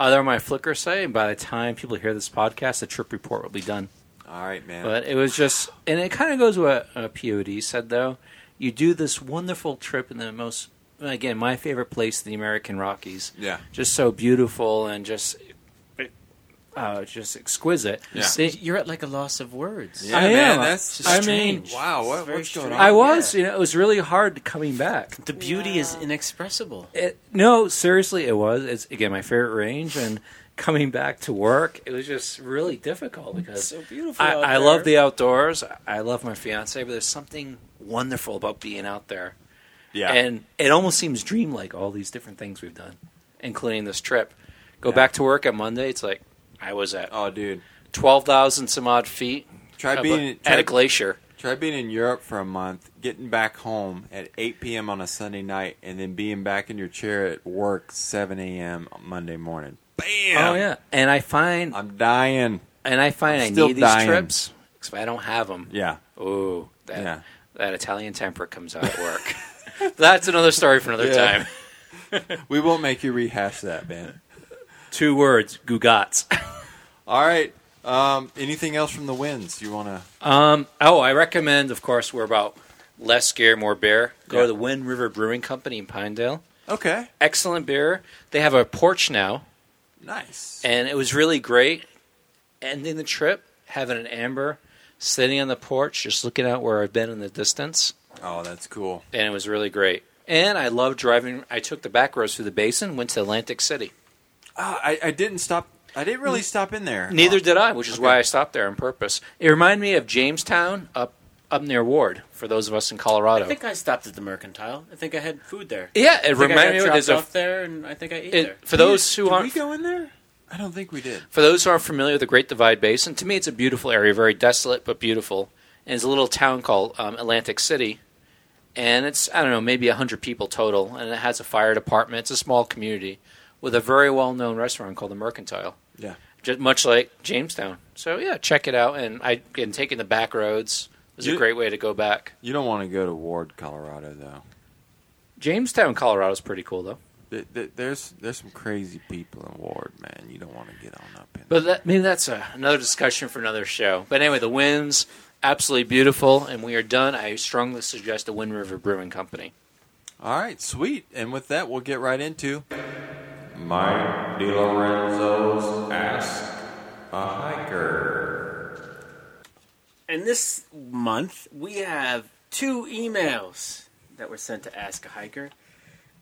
Uh, they're on my Flickr site, and by the time people hear this podcast, the trip report will be done.
All right, man.
But it was just, and it kind of goes what uh, POD said though. You do this wonderful trip in the most, again, my favorite place, the American Rockies.
yeah.
just so beautiful and just uh, just exquisite.
Yeah.
They-
You're at like a loss of words.
Yeah,
I
man.
am.
That's
I
strange.
mean-
wow.
It's
What,
very
what's going
strange.
on?
I was, you know, it was really hard coming back.
The beauty is
Yeah.
inexpressible.
It, no, seriously, it was. It's again my favorite range, and coming back to work, it was just really difficult because
so beautiful.
I, I love the outdoors. I love my fiance, but there's something wonderful about being out there,
yeah.
and it almost seems dreamlike. All these different things we've done, including this trip. Go
Yeah.
back to work on Monday. It's like I was at
oh, dude.
twelve thousand some odd feet
Try
up
being
a- at
try,
a glacier.
try being in Europe for a month, getting back home at 8 p.m. on a Sunday night, and then being back in your chair at work 7 a.m. Monday morning. Bam.
Oh yeah, and I find
I'm dying.
and I find
I'm
I
still
need these
dying.
trips because I don't have them.
Yeah.
Oh, that
Yeah.
that Italian temper comes out at work. That's another story for another
Yeah.
time.
We won't make you rehash that, man.
Two words: gougats.
All right. Um, anything else from the winds you want to?
Um, oh, I recommend. Of course, we're about less gear, more beer. Go
Yeah.
to the Wind River Brewing Company in Pinedale.
Okay.
Excellent beer. They have a porch now
Nice.
and it was really great ending the trip having an amber sitting on the porch just looking out where i've been in the distance
oh, that's cool.
and it was really great and i loved driving i took the back roads through the basin went to atlantic city
Ah, I, I didn't stop. I didn't really stop in there. Oh.
neither did i which is why
Okay.
i stopped there on purpose it reminded me of jamestown up up near ward for those of us in colorado
I think I stopped at the Mercantile. I think I had food there.
yeah it
I think I got
reminded me
dropped
there's a-
off there, and I think I ate there.
it, for those who
Did
aren't
we go in there? I don't think we did.
For those who aren't familiar with the Great Divide Basin, to me it's a beautiful area, very desolate but beautiful. And it's a little town called um, Atlantic City. And it's, I don't know, maybe 100 people total. And it has a fire department. It's a small community with a very well known restaurant called the Mercantile,
Yeah.
just much like Jamestown. So, yeah, check it out. And I and taking the back roads is a
You-
great way to go back.
You don't want to go to Ward, Colorado, though.
Jamestown, Colorado is pretty cool, though.
Th- th- There's there's some crazy people in Ward, man. You don't want to get on up in.
But that, maybe that's a, another discussion for another show. But anyway, the winds absolutely beautiful, and we are done. I strongly suggest the Wind River Brewing Company.
All right, sweet. And with that, we'll get right into Mike DiLorenzo's Ask a Hiker.
And this month we have two emails that were sent to Ask a Hiker.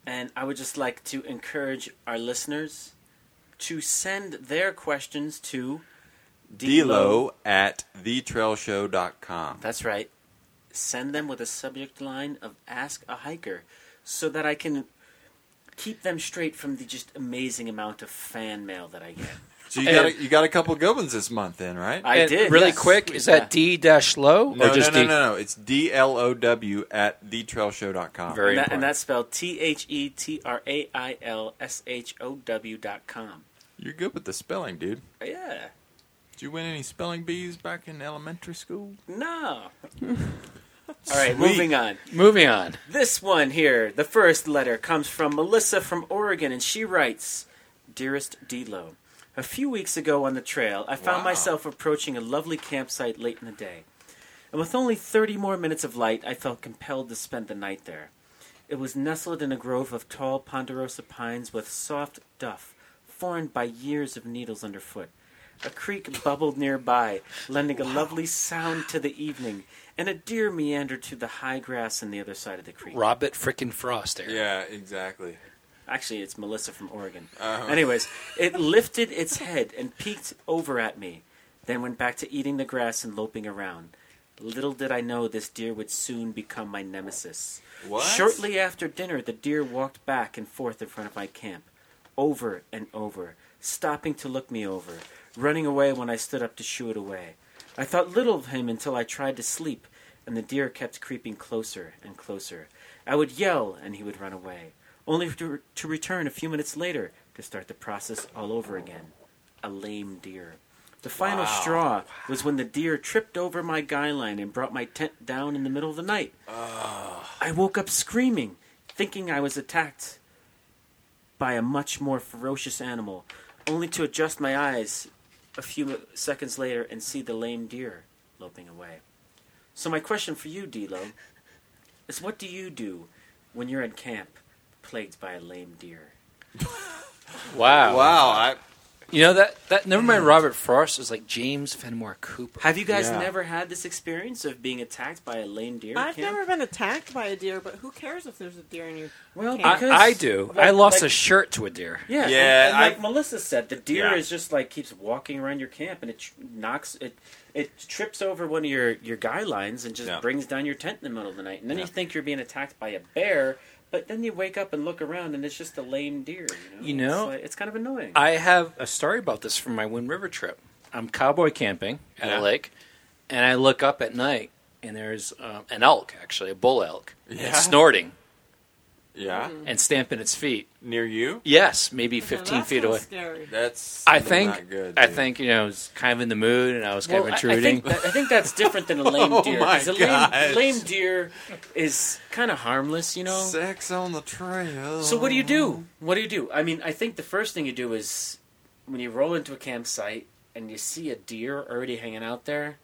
And I would just like to encourage our listeners to send their questions to
Dilo at thetrailshow.com.
That's right. Send them with a subject line of Ask a Hiker so that I can keep them straight from the just amazing amount of fan mail that I get.
So you got a, you got a couple good ones this month, then, right?
I
And
did.
really
yes.
quick. Is that D dash low
no,
or just
no, no,
D?
no, no. It's D L O W at thetrailshow.com.
Very
and, that,
important.
and that's spelled T H E T R A I L S H O W dot com.
You're good with the spelling, dude.
Yeah.
Did you win any spelling bees back in elementary school?
No. All right,
Sweet.
moving on.
Moving on.
This one here, the first letter comes from Melissa from Oregon, and she writes Dearest Dilo. A few weeks ago on the trail, I found
Wow.
myself approaching a lovely campsite late in the day. And with only 30 more minutes of light, I felt compelled to spend the night there. It was nestled in a grove of tall ponderosa pines with soft duff, formed by years of needles underfoot. A creek bubbled nearby, lending a lovely sound to the evening, and a deer meandered through the high grass on the other side of the creek.
Robert frickin' Frost. Eric.
Yeah, exactly.
Actually, it's Melissa from Oregon.
Uh-huh.
Anyways, it lifted its head and peeked over at me, then went back to eating the grass and loping around. Little did I know this deer would soon become my nemesis.
What?
Shortly after dinner, the deer walked back and forth in front of my camp, over and over, stopping to look me over, running away when I stood up to shoo it away. I thought little of him until I tried to sleep, and the deer kept creeping closer and closer. I would yell, and he would run away, only to, to return a few minutes later to start the process all over again. A lame deer. The final straw was when the deer tripped over my guy line and brought my tent down in the middle of the night. I woke up screaming, thinking I was attacked by a much more ferocious animal, only to adjust my eyes a few mi- seconds later and see the lame deer loping away. So my question for you, Dilo, is what do you do when you're in camp plagued by a lame deer?
Wow.
Wow, I
You know that that never mind Robert Frost is like James Fenimore Cooper.
Have you guys
Yeah.
never had this experience of being attacked by a lame deer? in
I've
camp?
never been attacked by a deer, but who cares if there's a deer in your
Well,
camp?
I,
because-
I do. I
like-
lost
like-
a shirt to a deer.
Yeah,
Yeah,
and, and like
I-
Melissa said, the deer
Yeah.
is just like keeps walking around your camp, and it tr- knocks it, it trips over one of your your guy lines and just
Yeah.
brings down your tent in the middle of the night. And then you think you're being attacked by a bear, but then you wake up and look around, and it's just a lame deer. You
You
know,
know,
it's, like- it's kind of annoying.
I have a story about this from my Wind River trip. I'm cowboy camping at a
Yeah.
lake, and I look up at night, and there's um, an elk, actually, a bull elk. and
Yeah.
It's snorting
yeah.
and stamping its feet.
Mm-hmm.
Near you?
Yes, maybe
Oh,
Yeah,
15
that's
feet
kinda
away.
Scary.
That's
I
not
think,
good.
I
dude.
think, you know, I was kind of in the mood, and I was kind
Well, I-
of
I,
intruding.
think that- I think that's different than a lame
Oh
deer.
my
'cause a lame,
gosh.
lame deer is kind of harmless, you know.
sex on the trail.
So what do you do? What do you do? I mean, I think the first thing you do is when you roll into a campsite and you see a deer already hanging out there,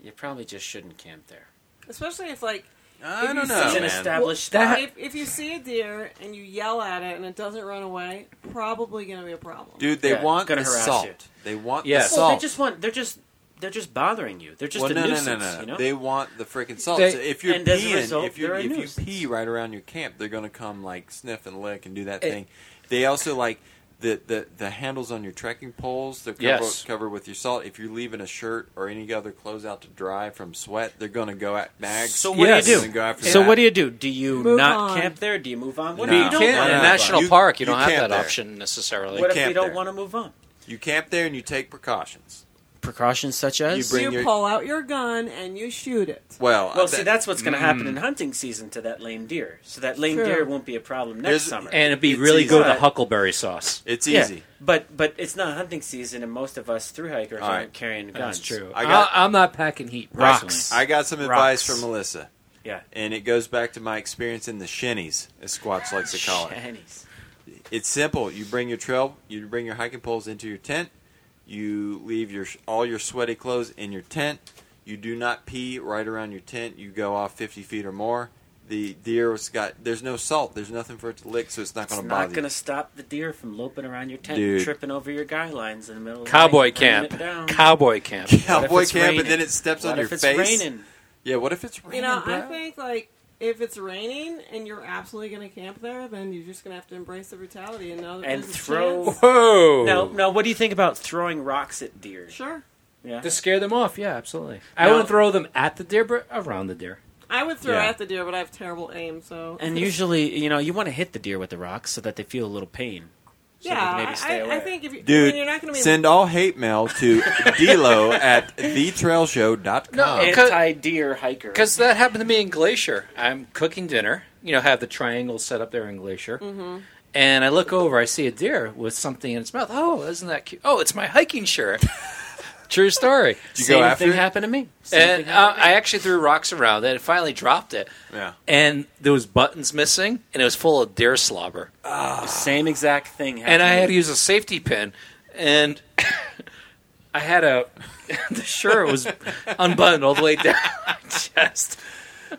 you probably just shouldn't camp there.
Especially if like
I
If
don't
you
know,
It's an
man.
man.
established
That-
spot.
if, if you see a deer and you yell at it and it doesn't run away, probably going to be a problem.
Dude, they
Yeah,
want
gonna harass
assault.
you.
They want
Yeah.
the
Well,
Well, they
salt.
just want they're just they're just bothering you. They're just
well,
a
no, no,
nuisance,
no, no, no.
you know.
They want the freaking salt.
They-
so if you're
And as a
peeing,
result,
if, you
they're a
if you
nuisance.
pee right around your camp, they're going to come like sniff and lick and do that thing. They also like the, the, the handles on your trekking poles. They're covered,
Yes.
covered with your salt. If you're leaving a shirt or any other clothes out to dry from sweat, they're going to go at bags.
so what
Yes.
do you
Gonna
do?
go after
so
that.
what do you do? Do you
Move
not
on.
camp there? Do you move on? What
No.
if
you
you don't
can't
want
in
no,
a
no.
to?
national
You-
park. You,
you
don't have
can't
that
there.
option necessarily.
What if
camp
you don't
there.
want to move on?
You camp there and you take precautions.
Precautions such
You
as
bring
you
your-
pull out your gun and you shoot it.
Well,
well,
I
see,
bet-
that's what's going to
Mm.
happen in hunting season to that lame deer. So that lame
True.
deer won't be a problem next
There's-
summer.
and it'd be
It's
really
easy.
good with
Right.
a huckleberry sauce.
it's
Yeah,
easy.
but but it's not hunting season, and most of us through hikers
All
aren't
right.
carrying guns.
That's true.
I
I
got-
am not packing heat.
Rocks.
personally.
I got some advice
Rocks.
from Melissa,
Yeah.
and it goes back to my experience in the shinnies, as Squatch likes to call it.
Shanies.
It's simple. You bring your trail, you bring your hiking poles into your tent. You leave your all your sweaty clothes in your tent. You do not pee right around your tent. You go off 50 feet or more. The deer's got there's no salt. There's nothing for it to lick, so it's not
It's
going to
not going
bother.
to
you.
stop the deer from loping around your tent,
Dude.
tripping over your guy lines in the middle. of the
Cowboy
night, bringing
camp.
It down.
Cowboy camp.
What if
Cowboy
it's
camp,
raining?
and then it steps
what
on
if
your
it's
face.
raining?
Yeah, what if it's raining?
You know, I
bro?
think like if it's raining and you're absolutely going to camp there, then you're just going to have to embrace the brutality and know that
And
there's a
throw-
chance.
Whoa!
No, no. What do you think about throwing rocks at deer?
Sure,
Yeah.
To scare them off, yeah, absolutely. I
Now-
wouldn't throw them at the deer, but around the deer.
I would throw
Yeah.
at the deer, but I have terrible aim, so
and usually, you know, you want to hit the deer with the rocks so that they feel a little pain. So they
yeah,
can maybe stay
I, I,
away.
I think if you, I
Dude,
mean, you're not going to be
send all hate mail to Dilo at thetrailshow.com.
No, it-
anti deer hiker.
Because that happened to me in Glacier. I'm cooking dinner, you know, have the triangle set up there in Glacier. Mm-hmm. And I look over, I see a deer with something in its mouth. Oh, isn't that cute? Oh, it's my hiking shirt. True story.
Did you
Same
go after
thing
it?
happened to me. Same thing
And uh,
happened to me.
I actually threw rocks around it. It finally dropped it,
Yeah.
and there was buttons missing, and it was full of deer slobber.
uh,
Same exact thing happened.
and I
to
had
me.
to use a safety pin, and I had a the shirt was unbuttoned all the way down my chest.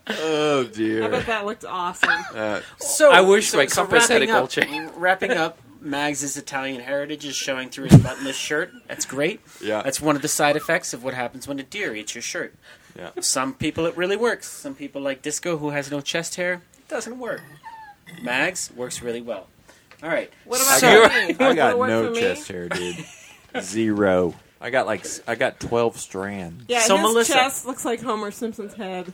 Oh
I
dear.
bet that looked awesome.
So
I wish my compass had a
wrapping
gold
up-
chain.
Wrapping up, Mags' Italian heritage is showing through his buttonless shirt. That's great.
Yeah.
That's one of the side effects of what happens when a deer eats your shirt.
Yeah.
Some people it really works. Some people like Disco, who has no chest hair, it doesn't work. Mags works really well. All right.
What about
So-
for me?
I
Would
got
it work
no
for me?
chest hair, dude. Zero. I got like s- I got twelve strands.
Yeah,
So
his
Melissa-
chest looks like Homer Simpson's head.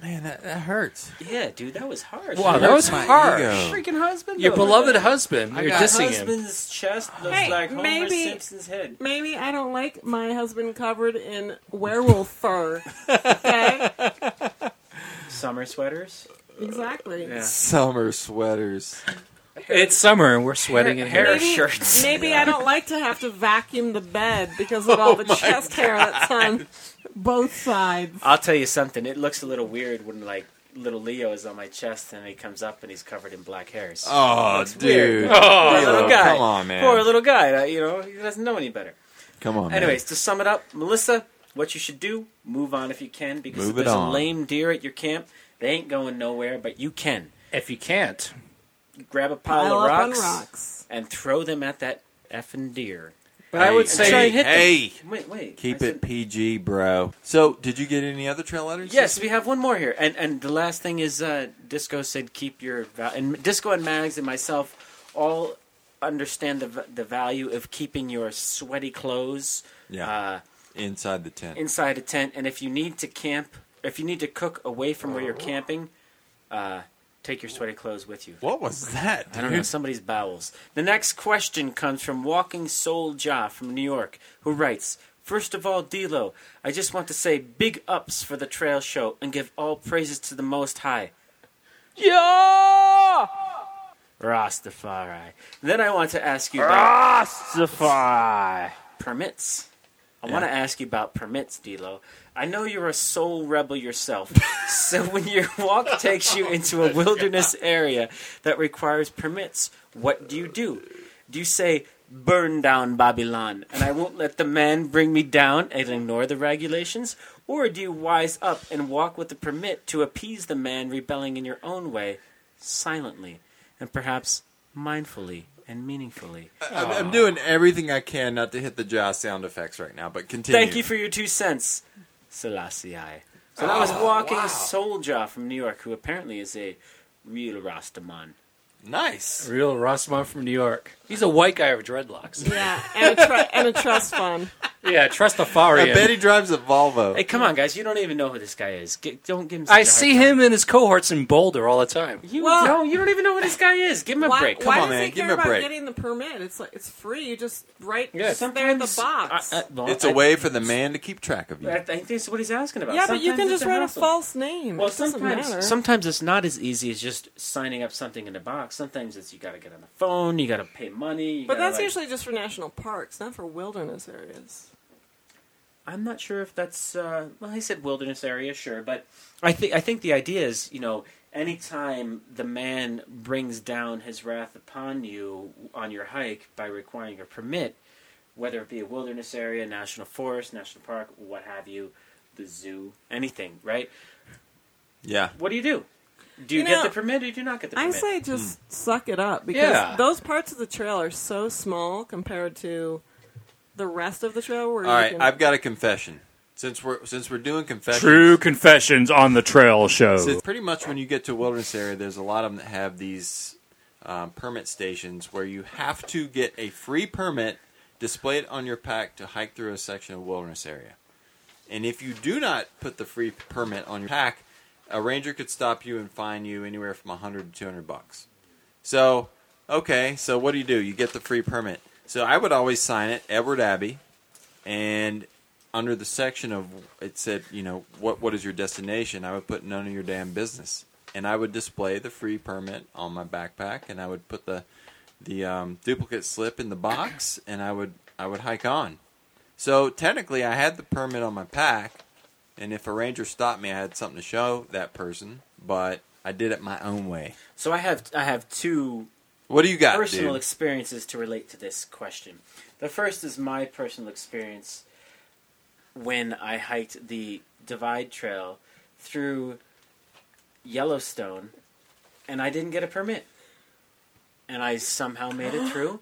Man, that, that hurts.
Yeah, dude, Oh, that was harsh.
Wow, that
Your
was
my
harsh.
ego.
freaking husband.
Your
over
beloved
there.
husband, you're
got
dissing him.
husband's chest looks
Hey,
like Homer
maybe-
Simpson's head.
Maybe I don't like my husband covered in werewolf fur. Okay,
Summer sweaters.
exactly.
Yeah.
Summer sweaters.
It's summer and we're sweating in
hair-
hair.
hair- shirts. Oh
Maybe I don't like to have to vacuum the bed because of all the chest hair that's on both sides.
I'll tell you something. It looks a little weird when like little Leo is on my chest and he comes up and he's covered in black hairs.
Oh, dude.
Poor
Leo,
little guy.
Come on, man.
Poor little guy. uh, You know he doesn't know any better.
Come on. man.
Anyways, to sum it up, Melissa, what you should do: move on if you can, because
Move
if
it
there's
on.
a lame deer at your camp, they ain't going nowhere. But you can
If you can't,
grab a pile,
Pile
of
up on
rocks,
rocks.
and throw them at that effing deer.
but I would
Hey,
say
Try and hit them.
hey.
Wait, wait.
Keep
I
it
said-
PG, bro. So, did you get any other trail letters?
Yes, we have one more here, and and the last thing is uh, Disco said keep your va- and Disco and Mags and myself all understand the v- the value of keeping your sweaty clothes
Yeah.
uh,
Inside the tent.
inside a tent, and if you need to camp, if you need to cook away from where you're camping, uh, take your sweaty clothes with you.
what was that?
I don't know, somebody's bowels. The next question comes from Walking Soul Ja from New York, who writes First of all, D'Lo, I just want to say big ups for the trail show and give all praises to the Most High.
Yeah!
Rastafari. Then I want to ask you about
Rastafari.
permits. I want to ask you about permits, D'Lo. I know you're a soul rebel yourself, so when your walk takes you into a wilderness area that requires permits, what do you do? Do you say, burn down Babylon, and I won't let the man bring me down and ignore the regulations? Or do you wise up and walk with the permit to appease the man rebelling in your own way, silently, and perhaps mindfully and meaningfully?
I'm, I'm doing everything I can not to hit the jaw sound effects right now, but continue.
Thank you for your two cents, Selassie. So that was Walking Soldier from New York, who apparently is a real Rastaman.
nice.
real Rossman from New York. He's a white guy with dreadlocks.
Yeah, and a, tr- and a trust fund.
yeah, trust the fire.
I bet he drives a Volvo.
Hey, come on, guys! You don't even know who this guy is. Get, don't give him. Such
I
a hard
see
time.
him and his cohorts in Boulder all the time.
You
Well-
no, you don't even know who this guy is. Give him a
Why,
break.
why
Come on,
does
man,
he
give
care
him a
about
break.
getting the permit? It's like it's free. You just right
Yeah.
just there in the
Sometimes- uh,
box.
I- I- well,
it's
I-
a way for the man to keep track of you.
I, I think that's what he's asking about.
yeah, but you
Sometimes
can
it's
just write a
hassle.
false name.
Well,
it doesn't matter.
sometimes sometimes it's not as easy as just signing up something in a box. Sometimes it's you got to get on the phone, you got to pay money. you
but
gotta,
that's
like-
usually just for national parks, not for wilderness areas.
I'm not sure if that's uh, well. He said wilderness area, sure, but I think I think the idea is you know anytime the man brings down his wrath upon you on your hike by requiring a permit, whether it be a wilderness area, national forest, national park, what have you, the zoo, anything, right?
yeah.
What do you do? Do you,
You
get
know,
the permit or you do not get the
I
permit?
say
Hmm.
just suck it up because
Yeah.
those parts of the trail are so small compared to the rest of the trail. Where
All
you
right,
can,
I've got a confession. Since we're since we're doing confessions,
confessions on the trail show.
So pretty much when you get to a wilderness area, there's a lot of them that have these um, permit stations where you have to get a free permit, display it on your pack to hike through a section of wilderness area. And if you do not put the free permit on your pack, a ranger could stop you and fine you anywhere from 100 to 200 bucks. So, okay, so what do you do? You get the free permit. So I would always sign it, Edward Abbey, and under the section of it said, you know, what what is your destination? I would put none of your damn business, and I would display the free permit on my backpack, and I would put the the um, duplicate slip in the box, and I would I would hike on. So technically, I had the permit on my pack, and if a ranger stopped me, I had something to show that person. But I did it my own way.
So I have I have two
What do you got,
personal
dude?
experiences to relate to this question. The first is my personal experience when I hiked the Divide Trail through Yellowstone and I didn't get a permit. And I somehow made it through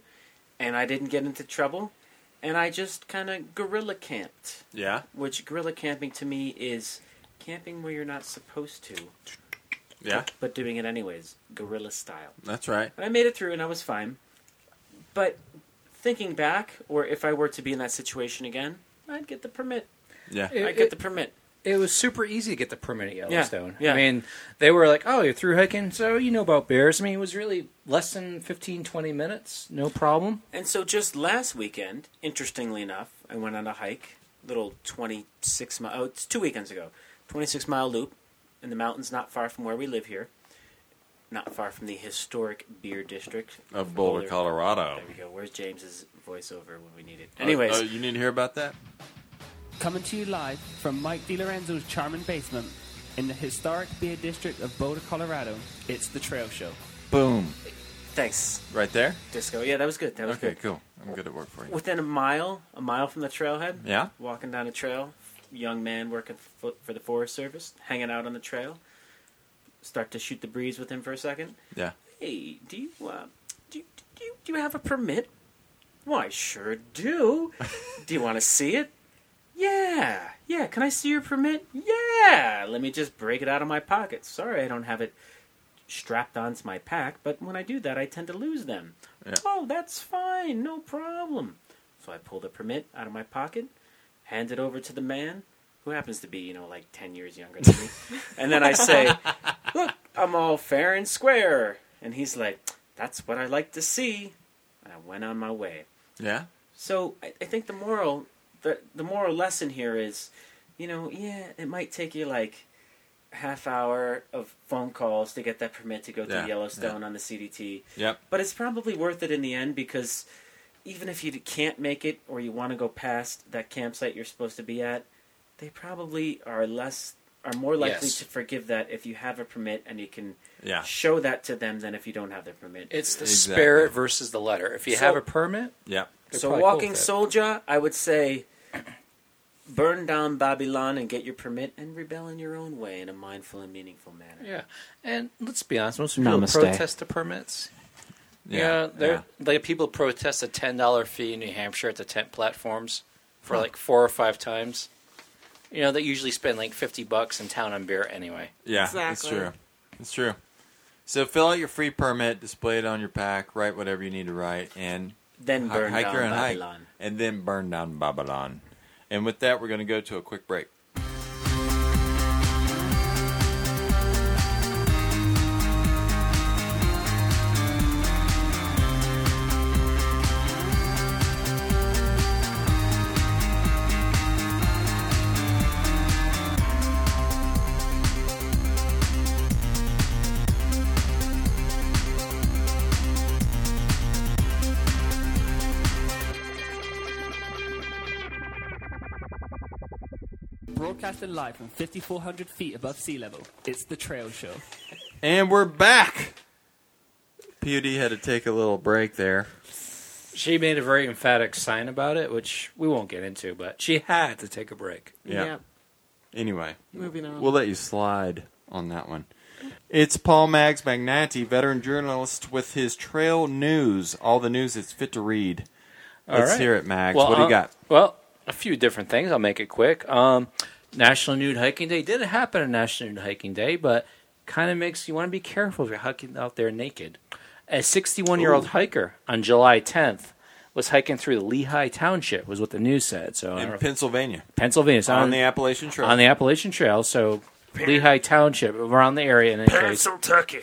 and I didn't get into trouble and I just kind of gorilla camped,
yeah,
which gorilla camping to me is camping where you're not supposed to,
yeah,
but doing it anyways, gorilla style.
that's right.
And I made it through and I was fine. But thinking back, or if I were to be in that situation again, I'd get the permit.
Yeah,
It-
I'd get the permit.
It was super easy to get the permit at Yellowstone.
yeah.
I mean, they were like, oh, you're through hiking, so you know about bears. I mean, it was really less than 15, 20 minutes, no problem.
And so just last weekend, interestingly enough, I went on a hike, little 26 mile, oh, it's two weekends ago, 26 mile loop in the mountains not far from where we live here, not far from the historic beer district
of Boulder, Colorado.
There we go. Where's James's voiceover when we need it? Anyways,
Oh, oh, you need to hear about that.
Coming to you live from Mike DiLorenzo's charming basement in the historic beer district of Boulder, Colorado. It's The Trail Show.
Boom,
thanks,
right there.
Disco. Yeah, that was good. That was
Okay,
good.
cool. I'm good at work for you.
Within a mile, a mile from the trailhead.
Yeah.
Walking down a trail, young man working for, for the Forest Service, hanging out on the trail. Start to shoot the breeze with him for a second.
Yeah.
Hey, do you uh, do you, do you, do you have a permit? Why, sure do. do you want to see it? Yeah, yeah. Can I see your permit? Yeah. Let me just break it out of my pocket. Sorry, I don't have it strapped onto my pack, but when I do that, I tend to lose them.
Yeah.
Oh, that's fine, no problem. So I pull the permit out of my pocket, hand it over to the man, who happens to be, you know, like 10 years younger than me. and then I say, Look, I'm all fair and square. And he's like, That's what I like to see. And I went on my way.
Yeah.
So I, I think the moral, the the moral lesson here is, you know, yeah, it might take you like a half hour of phone calls to get that permit to go through
Yeah,
Yellowstone on the CDT,
Yep.
but it's probably worth it in the end because even if you can't make it or you want to go past that campsite you're supposed to be at, they probably are less are more likely
Yes.
to forgive that if you have a permit and you can
Yeah.
show that to them than if you don't have their permit.
It's the
Exactly.
spirit versus the letter. If you
So-
have a permit,
Yep.
they're
So
probably cool
walking
with it.
soldier, I would say burn down Babylon and get your permit and rebel in your own way in a mindful and meaningful manner.
Yeah. And let's be honest, most people
Namaste.
protest the permits. Yeah, they're
yeah.
like people protest a ten dollar fee in New Hampshire at the tent platforms for like four or five times. You know, they usually spend like fifty bucks in town on beer anyway.
Yeah,
Exactly.
it's true. It's true. So fill out your free permit, display it on your pack, write whatever you need to write, and
Then
hi-
burn
hike
down
your own hike,
Babylon.
and then burn down Babylon. And with that, we're going to go to a quick break.
Broadcasting live from 5,400 feet above sea level, it's The Trail Show.
And we're back. Pod had to take a little break there.
She made a very emphatic sign about it, which we won't get into, but she had to take a break.
Yeah. Anyway,
Moving on.
we'll let you slide on that one. It's Paul Mags Magnati, veteran journalist, with his trail news. All the news that's fit to read.
All
Let's
right.
hear it, Mags. what do
uh,
you got?
Well, a few different things. I'll make it quick. Um, National Nude Hiking Day didn't happen on National Nude Hiking Day, but kind of makes you want to be careful if you're hiking out there naked. A 61 year old hiker on July 10th was hiking through the Lehigh Township, was what the news said. So I don't know
In
if-
Pennsylvania,
Pennsylvania, it's
on the Appalachian Trail.
on the Appalachian Trail. So Lehigh Township, around the area, in any case,
Pennsylvania.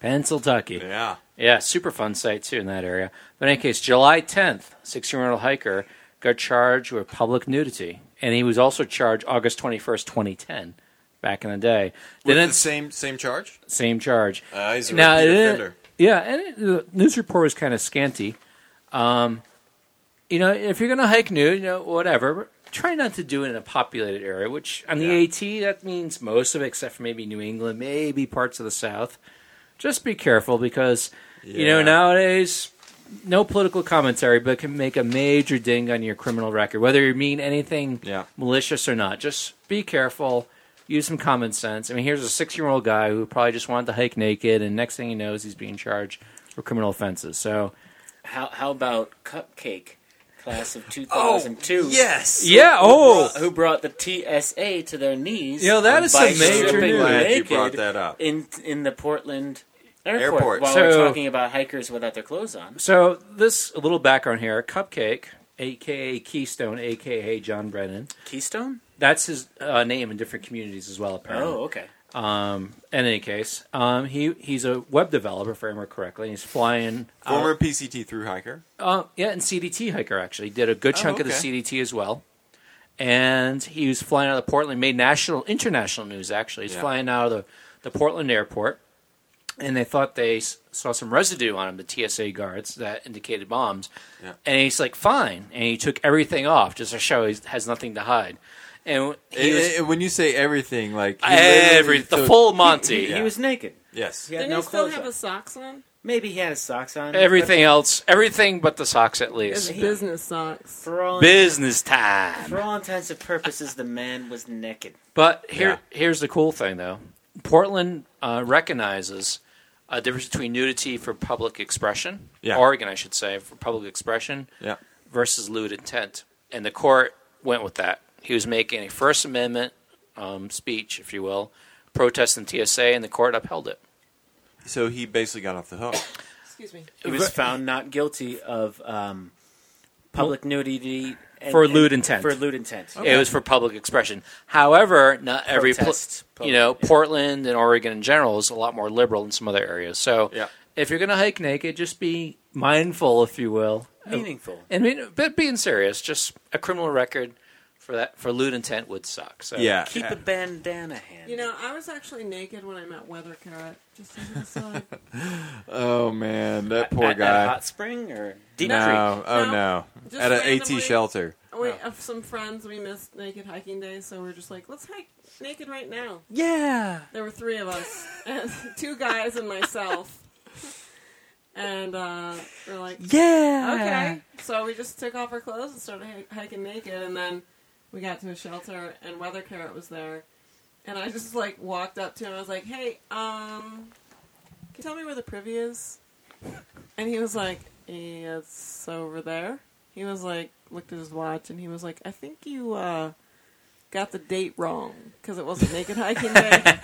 Pennsylvania.
yeah.
Yeah, super fun site too in that area. But in any case, July 10th, 16 year old hiker got charged with public nudity, and he was also charged August 21st, 2010, back in the day. They
With
didn't
the same same charge?
same charge.
Uh, he's a
it
repeat
didn't-
offender.
Yeah, and it, the news report was kind of scanty. Um, you know, if you're going to hike new, you know, whatever, try not to do it in a populated area, which on the AT, that means most of it, except for maybe New England, maybe parts of the South. Just be careful because, you know,
Yeah.
nowadays, no political commentary, but can make a major ding on your criminal record, whether you mean anything
Yeah.
malicious or not. Just be careful. Use some common sense. I mean, here's a six year old guy who probably just wanted to hike naked, and next thing he knows, he's being charged for criminal offenses. So,
How how about Cupcake, class of 2002?
Yes.
yeah. Oh,
Who brought the TSA to their knees?
You know, that
and
is some
bikes
major
stripping
news.
Glad you
naked
brought that up.
in in the Portland airport,
Airport.
while
So-
we're talking about hikers without their clothes on.
So this a little background here. Cupcake, aka Keystone, aka John Brennan.
Keystone?
That's his uh, name in different communities as well. Apparently.
Oh, okay.
Um, in any case, um, he he's a web developer, if I remember correctly. and He's flying. uh, out-
Former PCT through hiker.
uh, yeah, and CDT hiker actually did a good
Oh,
chunk of
okay.
the CDT as well. And he was flying out of Portland, made national, international news actually. He's
Yeah.
flying out of the, the Portland airport, and they thought they s- saw some residue on him, the TSA guards that indicated bombs.
Yeah.
And he's like, "Fine," and he took everything off just to show he has nothing to hide. And he
And-
Eh,
was
and when you say everything, like he literally
every the
took-
full Monty.
Yeah.
He was naked.
Yes.
He had
Didn't
no
he still
clothes
have
on.
his socks on?
Maybe he had his socks on.
Everything else, everything but the socks, at
His
least.
business socks.
For all,
Business time.
for all intents and purposes, the man was naked.
But here, here's the cool thing, though. Portland uh, recognizes a difference between nudity for public expression,
Yeah.
Oregon, I should say, for public expression,
Yeah.
versus lewd intent, and the court went with that. He was making a First Amendment um, speech, if you will, protesting TSA, and the court upheld it.
So he basically got off the hook.
Excuse me.
He was found not guilty of um, public nudity and,
For lewd intent.
For lewd intent.
It was for public expression. However, not every pl-
Protest.
you know Portland and Oregon in general is a lot more liberal in some other areas. So
Yeah.
if you're going to hike naked, just be mindful, if you will,
Meaningful.
I mean, but being serious, just a criminal record for that for lewd intent would suck. So
Yeah.
Keep a bandana handy.
You know, I was actually naked when I met Weather Carrot. Just as an aside.
Oh man, that poor
at, At a
guy.
hot spring or deep creek?
no. Oh
No.
no.
Just
At an
randomly-
AT shelter.
we
Oh.
have some friends we missed naked hiking day, so we are just like, let's hike naked right now.
yeah,
There were three of us, and two guys and myself, and uh, we're like,
yeah,
okay. So we just took off our clothes and started h- hiking naked, and then we got to a shelter, and Weather Carrot was there, and I just like walked up to him. I was like, hey, um, can you tell me where the privy is? And he was like, "Yeah, it's over there. He was like, looked at his watch, and he was like, I think you uh, got the date wrong because it wasn't naked hiking day.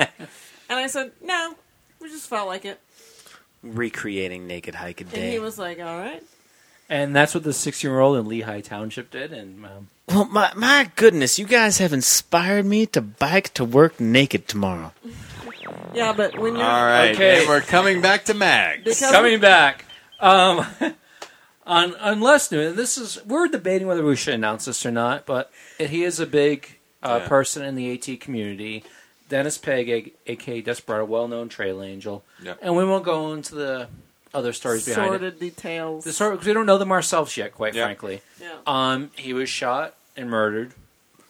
and I said, no, we just felt like it.
Recreating naked hike a
And
day.
he was like, all right.
And that's what the six-year-old in Lehigh Township did, and um,
well, my, my goodness, you guys have inspired me to bike to work naked tomorrow.
Yeah, but when
All
you're
right.
Okay.
And we're coming back to Mag.
Because
coming back. Um, on unless new, this is we're debating whether we should announce this or not, but he is a big uh,
Yeah.
person in the AT community. Dennis Peg, a- aka Desperado, well-known trail angel,
Yeah.
and we won't go into the other stories behind it.
sordid details.
The story because we don't know them ourselves yet, quite
Yeah.
frankly.
yeah.
Um, he was shot and murdered,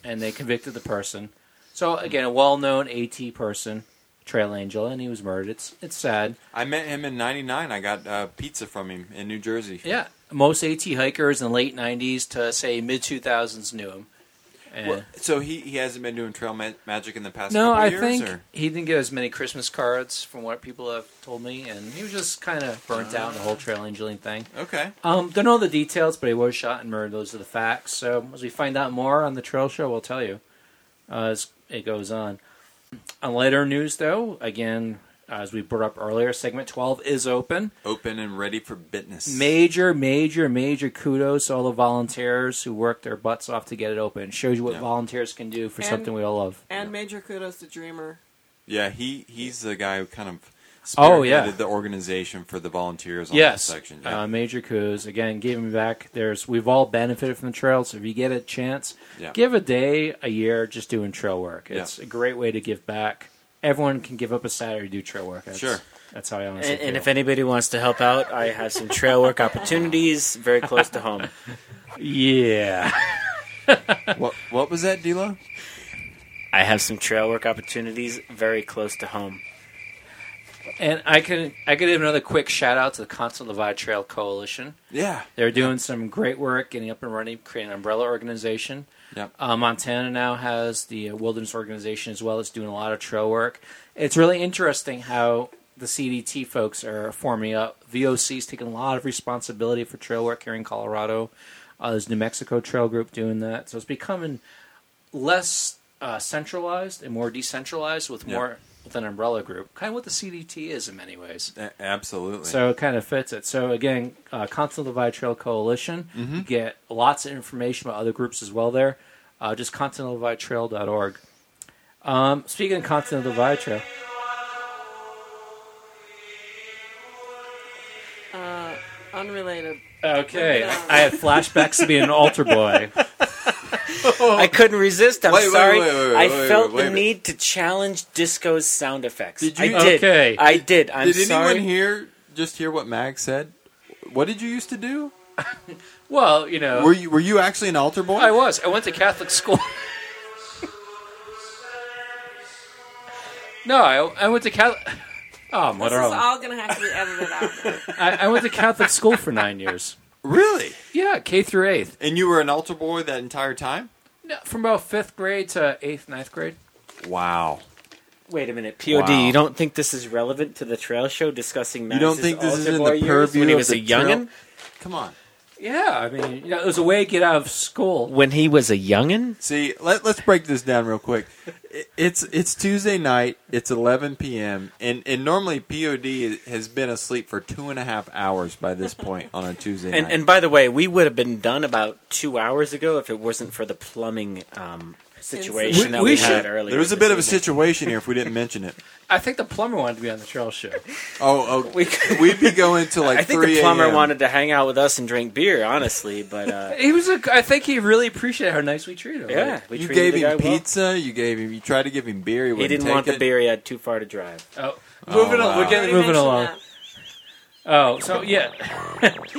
and they convicted the person. So again, a well-known AT person, Trail Angel, and he was murdered. It's it's sad.
I met him in '99. I got uh, pizza from him in New Jersey.
Yeah, most AT hikers in the late '90s to say mid 2000s knew him. And
Well, so he, he hasn't been doing trail ma- magic in the past.
no,
couple
I
years,
think
or-
he didn't get as many Christmas cards from what people have told me, and he was just kind of burnt
Uh.
out in the whole Trail Angeling thing.
Okay.
Um, don't know the details, but he was shot and murdered. Those are the facts. So as we find out more on the trail show, we'll tell you uh, as it goes on. On later news, though, again, as we brought up earlier, segment 12 is open.
Open and ready for business.
Major, major, major kudos to all the volunteers who worked their butts off to get it open. It shows you what
Yeah.
volunteers can do for
And-
something we all love.
and major kudos to Dreamer.
Yeah, he he's the guy who kind of spearheaded
Oh, yeah.
the organization for the volunteers on
Yes,
that section. Yeah.
uh, major kudos. Again, giving back. There's we've all benefited from the trail, so if you get a chance,
Yeah.
give a day, a year, just doing trail work. It's a great way to give back everyone can give up a Saturday to do trail work. That's,
Sure.
That's how I honestly
And, and if
feel.
anybody wants to help out, I have some trail work opportunities very close to home.
yeah.
what what was that, D'Lo?
I have some trail work opportunities very close to home.
And I can I could give another quick shout out to the Constant Levi Trail Coalition.
Yeah.
They're doing some great work, getting up and running, creating an umbrella organization.
Yep.
Uh, Montana now has the uh, wilderness organization as well as doing a lot of trail work. It's really interesting how the CDT folks are forming up. VOC's taking a lot of responsibility for trail work here in Colorado. Uh, there's New Mexico Trail Group doing that. So it's becoming less uh, centralized and more decentralized with
Yeah.
more with an umbrella group, kind of what the CDT is in many ways.
A- absolutely.
So it kind of fits it. So again, uh, Constant Levi Trail Coalition. You get lots of information about other groups as well there. Uh, just continentlevitrail.org. Um, speaking of Continental Levi Trail,
Unrelated.
okay, I have flashbacks to being an altar boy.
I couldn't resist. I'm
Wait, wait,
sorry.
wait, wait,
I
wait, wait,
felt
wait a
the
minute.
need to challenge Disco's sound effects.
Did
I
you-
did.
Okay.
I did. I'm
did
sorry.
anyone hear just hear what Mag said? What did you used to do?
Well, you know,
Were you were you actually an altar boy?
I was. I went to Catholic school. no, I, I went to Catholic. Oh,
This
mother!
is all gonna have to be edited out.
I, I went to Catholic school for nine years.
really?
Yeah, K through eighth.
And you were an altar boy that entire time?
No, from about fifth grade to eighth, ninth grade.
Wow.
Wait a minute, POD.
Wow.
You don't think this is relevant to the trail show discussing?
You don't
Max's
think this is
altar
in
boy
the
years
purview
when he
of
was
the
a youngin?
trail- Come on.
Yeah, I mean, you know, it was a way to get out of school.
When he was a youngin,
See, let, let's break this down real quick. I- It's it's Tuesday night. It's 11 p.m. and and normally Pod has been asleep for two and a half hours by this point on a Tuesday
and
night.
and by the way, we would have been done about two hours ago if it wasn't for the plumbing um, situation
We-
that
we
we,
should-
had earlier.
there was a
this
bit of a
evening.
situation here if we didn't mention it.
I think the plumber wanted to be on the trail show.
Oh, oh we'd be going to like
I think
3
the plumber
a.m..
wanted to hang out with us and drink beer, honestly, but uh,
He was, a, I think, he really appreciated how nice we treated him.
yeah, we
You
treated
gave
the guy
him
well.
pizza. You gave him. You tried to give him beer. He,
He
wouldn't
didn't
take
want the
it.
beer; he had too far to drive.
Oh, moving on.
wow.
We're
We
getting moving
mentioned
along.
that.
Oh, so yeah.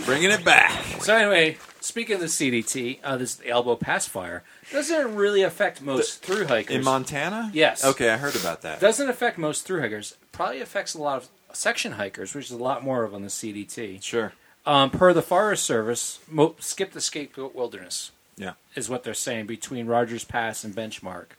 Bringing it back.
So anyway, speaking of the CDT, uh, this the elbow pass fire doesn't really affect most through hikers.
In Montana?
Yes.
Okay, I heard about that.
doesn't affect most through hikers. Probably affects a lot of section hikers, which is a lot more of on the CDT.
sure.
Um, per the Forest Service, mo- skip the scapegoat wilderness.
Yeah.
is what they're saying between Rogers Pass and Benchmark.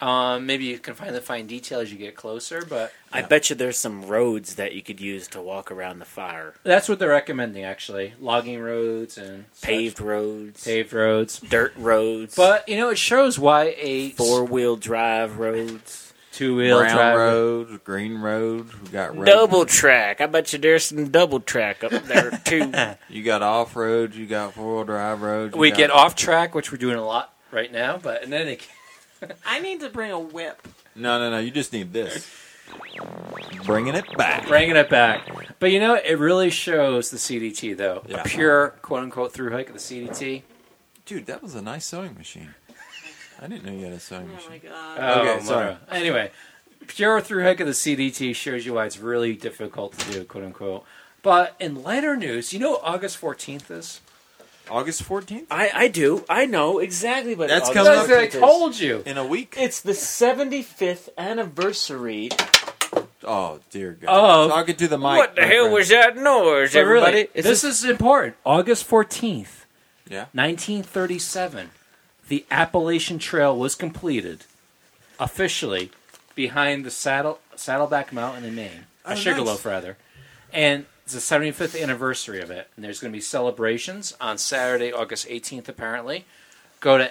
Um, maybe you can find the fine detail as you get closer, but
I bet you there's some roads that you could use to walk around the fire,
that's what they're recommending actually: logging roads and such.
paved roads,
paved roads.
dirt roads,
But you know, it shows why a
four wheel drive roads,
two wheel
Brown
drive
Road, Green Road. We got road.
double track. I bet you there's some double track up there too.
You got off road. You got four wheel drive roads. you
We
got-
get off track, which we're doing a lot right now. But in any case,
I need to bring a whip.
No, no, no. You just need this. Bringing it back.
bringing it back. But you know, it really shows the CDT though.
Yeah.
A pure quote unquote through hike of the CDT.
Dude, that was a nice sewing machine. I didn't know you had a sewing
Oh my
machine.
god.
Oh,
Okay,
Mara.
sorry.
Anyway, pure through hike of the CDT shows you why it's really difficult to do, quote unquote. But in lighter news, you know what August 14th is?
August 14th?
I, I do. I know exactly what
That's
August
coming
That's
up.
what I
14th is.
told you.
In a week?
It's the 75th anniversary.
oh, dear God.
Oh.
Talking to the mic.
what the
my
hell
friend.
was that noise,
But
everybody?
really,
It's
this
just-
is important. August 14th,
Yeah.
1937, the Appalachian Trail was completed officially behind the saddle Saddleback Mountain in Maine,
Oh,
a Sugarloaf
nice.
rather, and it's the 75th anniversary of it. And there's going to be celebrations on Saturday, August 18th. Apparently, go to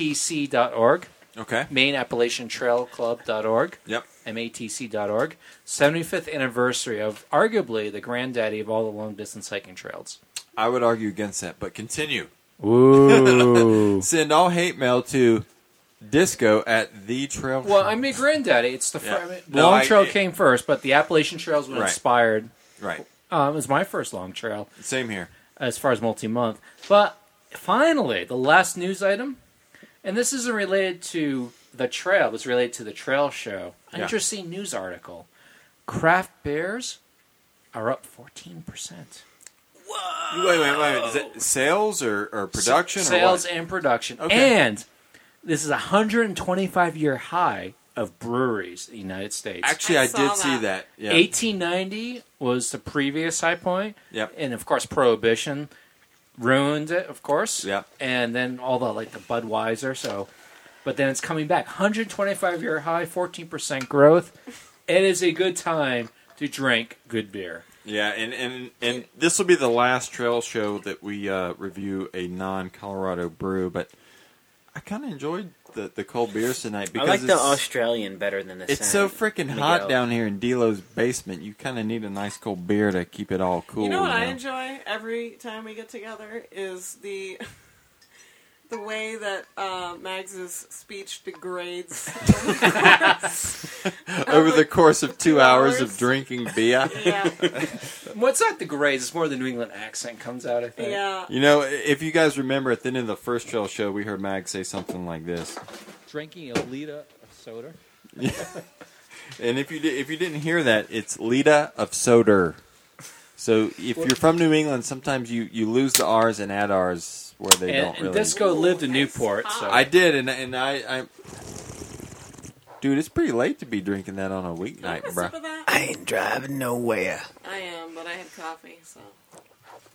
matc.org,
Okay.
Maine Appalachian Trail Club.org,
Yep.
matc.org, 75th anniversary of arguably the granddaddy of all the long distance hiking trails.
I would argue against that, but continue.
Ooh.
Send all hate mail to disco at the trail.
well, I mean, granddaddy. It's the fir-
Yeah.
I mean,
No,
long
I-
trail
it-
came first, but the Appalachian Trails was
Right.
inspired.
right.
Um, it was my first long trail.
Same here.
as far as multi month. But finally, the last news item, and this isn't related to the trail was related to the trail show. An
Yeah.
interesting news article. Craft beers are up 14%.
Wait, wait, wait. Is that sales or, or production?
S-
or
sales
what?
and production
Okay.
and this is a 125 year high of breweries in the united states
Actually,
I
I,
saw
did
that.
see that. Yeah.
1890 was the previous high point
Yep.
and of course prohibition ruined it of course
Yep.
and then all the like the budweiser so but then it's coming back 125 year high 14% growth it is a good time to drink good beer
Yeah, and and and this will be the last trail show that we uh, review a non-Colorado brew, but I kind of enjoyed the, the cold beers tonight
I
because
like the
it's,
Australian better than the.
it's so
San
freaking
Miguel.
hot down here in Delo's basement. You kind of need a nice cold beer to keep it all cool.
you know what I enjoy every time we get together is the the way that uh, Mags's speech degrades.
over the course of two hours
hours.
of drinking beer.
yeah,
what's not the grades it's more the new england accent comes out i think
yeah.
You know, if you guys remember at the end of the first trail show, we heard Mag say something like this.
drinking a liter of soda
And if you di- if you didn't hear that, it's Lita of Soder. So if you're from New England, sometimes you, you lose the R's and add R's where they
and,
don't
and
really.
Disco lived in
Ooh,
Newport,
that's
so
I did, and and I, I, dude, it's pretty late to be drinking that on a
Can I have
weeknight,
a
bro.
sip of that?
I ain't driving nowhere.
I am, but I had coffee, so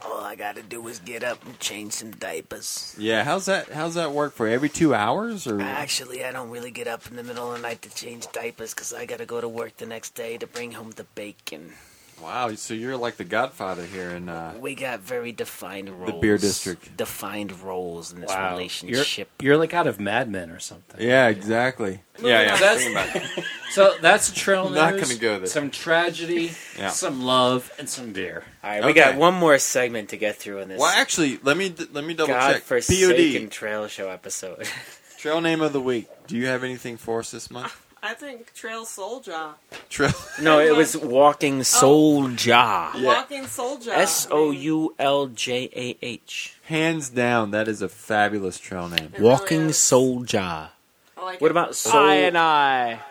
All I gotta do is get up and change some diapers.
Yeah, how's that? How's that work for you? every two hours or?
Ah,
Actually, I don't really get up in the middle of the night to change diapers because I gotta go to work the next day to bring home the bacon.
Wow, so you're like the Godfather here, and uh,
We got very defined roles.
beer district.
Defined roles in this
wow, you're,
relationship.
you're like out of Mad Men or something.
yeah, exactly. Yeah, yeah.
So that's a trail news.
Not gonna go there.
Some tragedy,
Yeah.
some love, and some beer.
All right, we
Okay.
got one more segment to get through in this
Well, actually, let me let me double check.
godforsaken
POD
trail show episode.
trail name of the week. Do you have anything for us this month?
I think Trail Soulja,
Ah.
Trail.
no, it was walking
Oh.
soulja.
Yeah.
Walking Soulja,
S O U L J A H.
Hands down, that is a fabulous trail name.
really
Walking
is.
soulja.
I like
What
it.
about soul? I and I.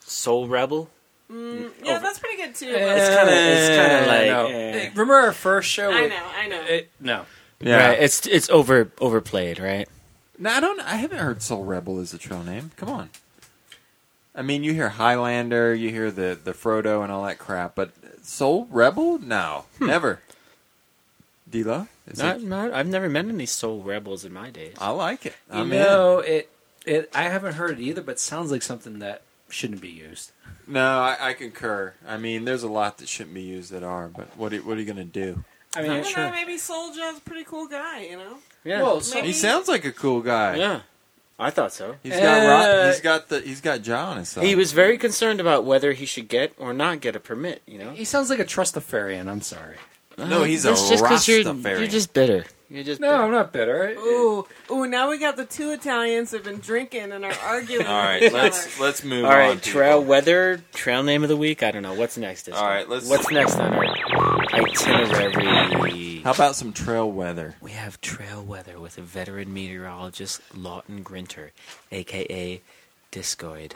Soul rebel.
Yeah, that's pretty good too.
It's
but-
kinda- it's kinda
Eh,
like,
no.
eh.
Hey, Remember our first show?
I
with-
know, I know.
eh, no.
Yeah.
Right. It's it's over overplayed. Right.
No, I don't. I haven't heard Soul Rebel is a trail name. Come on. I mean, you hear Highlander, you hear the the Frodo and all that crap, but Soul Rebel? No, never. Dila, is
Hmm. Not,
it?
not, I've never met any soul rebels in my days.
I like it.
You
I'm
know, it, it. I haven't heard it either, but sounds like something that shouldn't be used.
in. No, I, I concur. I mean, there's a lot that shouldn't be used that are, but what are, what are you gonna do?
I mean,
I don't
sure.
know, maybe Soulja's a pretty cool guy, you know?
Yeah.
Well, so-
Maybe-
He sounds like a cool guy.
yeah. I thought so.
He's got rock,
Uh,
he's got the he's got jaw on his side.
He was very concerned about whether he should get or not get a permit. You know.
he sounds like a trustafarian. I'm sorry.
no, he's
That's
a
just 'cause you're,
Rastafarian.
you're just bitter. You're just
No, I'm not bitter.
Ooh, ooh! Now we got the two Italians that've been drinking and are arguing. with
all right.
each
Let's
other.
let's move
All
on.
right,
people.
trail weather, trail name of the week. I don't know what's next. Is
All right, let's-
What's next on our itinerary?
How about some trail weather?
We have trail weather with a veteran meteorologist Lawton Grinter, aka Discoid.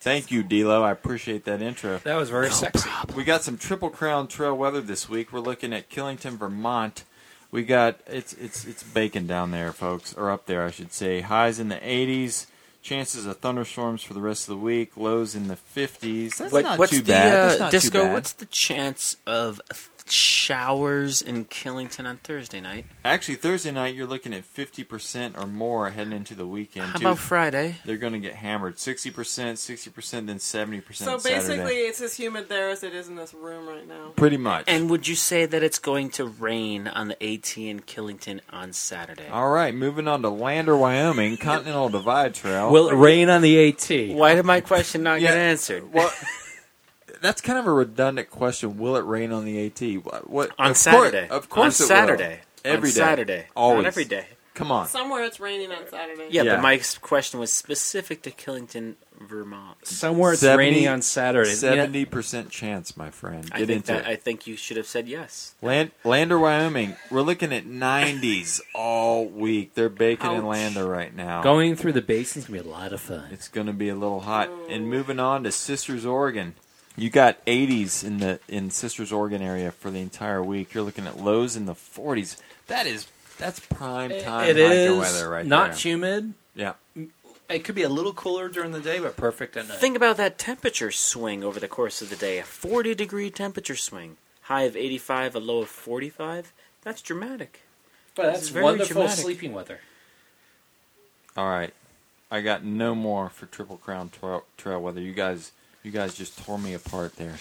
Thank you, Dilo. I appreciate that intro.
That was very sexy.
We got some triple crown trail weather this week. We're looking at Killington, Vermont. We got it's it's it's baking down there, folks, or up there, I should say. Highs in the 80s, chances of thunderstorms for the rest of the week. Lows in the 50s. That's
What-
not
what's
too
the
bad.
uh,
That's not
disco?
Too bad.
What's the chance of showers in Killington on Thursday night?
Actually, Thursday night you're looking at 50% or more heading into the weekend.
How
too.
about Friday?
They're going to get hammered. 60%, 60%, then 70%
So
Saturday.
basically, it's as humid there as it is in this room right now.
pretty much.
And would you say that it's going to rain on the AT in Killington on Saturday?
All right, moving on to Lander, Wyoming, Continental Divide Trail.
Will it rain on the AT?
Why did my question not get
Yeah.
answered?
Well, that's kind of a redundant question. Will it rain on the AT? What, what
On
of cour-
Saturday.
of course,
On
it
Saturday.
Will. Every
on
day.
Saturday.
Always.
Not every day.
Come on.
Somewhere it's raining on Saturday.
Yeah,
Yeah.
but my s- question was specific to Killington, Vermont.
Somewhere it's
70
raining on Saturday.
Seventy percent chance, my friend.
I
Get
think
into
that,
it.
I think you should have said yes.
Land, Lander, Wyoming. We're looking at nineties all week. They're baking in
Ouch.
Lander right now.
Going through the basin's gonna be a lot of fun.
It's going to be a little hot. And moving on to Sisters, Oregon. You got 80s in the in Sisters, Oregon area for the entire week. You're looking at lows in the 40s. That is that's prime time
it
hiker
is
weather right
not
there.
humid.
yeah.
It could be a little cooler during the day, but perfect at night.
Think about that temperature swing over the course of the day. A 40 degree temperature swing. High of 85, a low of 45. That's dramatic.
but
that's very
wonderful
dramatic.
sleeping weather.
All right. I got no more for Triple Crown tra- trail weather. You guys you guys just tore me apart there.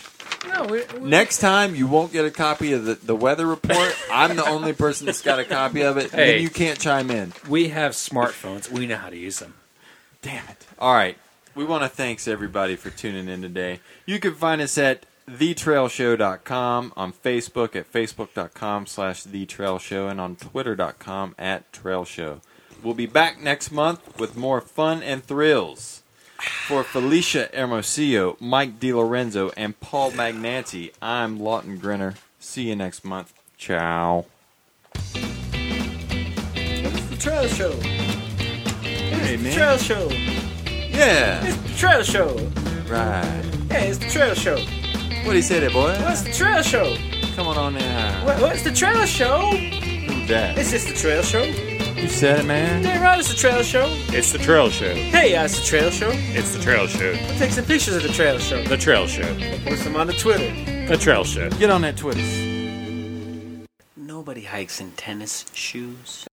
No, we
Next time you won't get a copy of the, the weather report. I'm the only person that's got a copy of it.
Hey.
And you can't chime in.
we have smartphones. We know how to use them.
Damn it. All right. We want to thanks everybody for tuning in today. You can find us at thetrailshow.com, on Facebook at facebook.com slash thetrailshow, and on twitter.com at trailshow. We'll be back next month with more fun and thrills. For Felicia Hermosillo, Mike DiLorenzo, and Paul Magnanti, I'm Lawton Grinner. See you next month. Ciao.
It's the trail show.
Hey,
Trail show.
Yeah.
It's the trail show.
Right.
Hey, it's the trail show.
What do you say there, boy?
What's the trail show?
Come on on there.
What, what's the trail show?
Who's that?
Is this the trail show?
You said it, man.
Hey, Rod, it's the trail show.
It's the trail show.
Hey, uh, it's the trail show.
It's the trail show.
I'll take some pictures of the trail show.
The trail show.
Post them on the Twitter.
The trail show.
Get on that Twitter.
Nobody hikes in tennis shoes.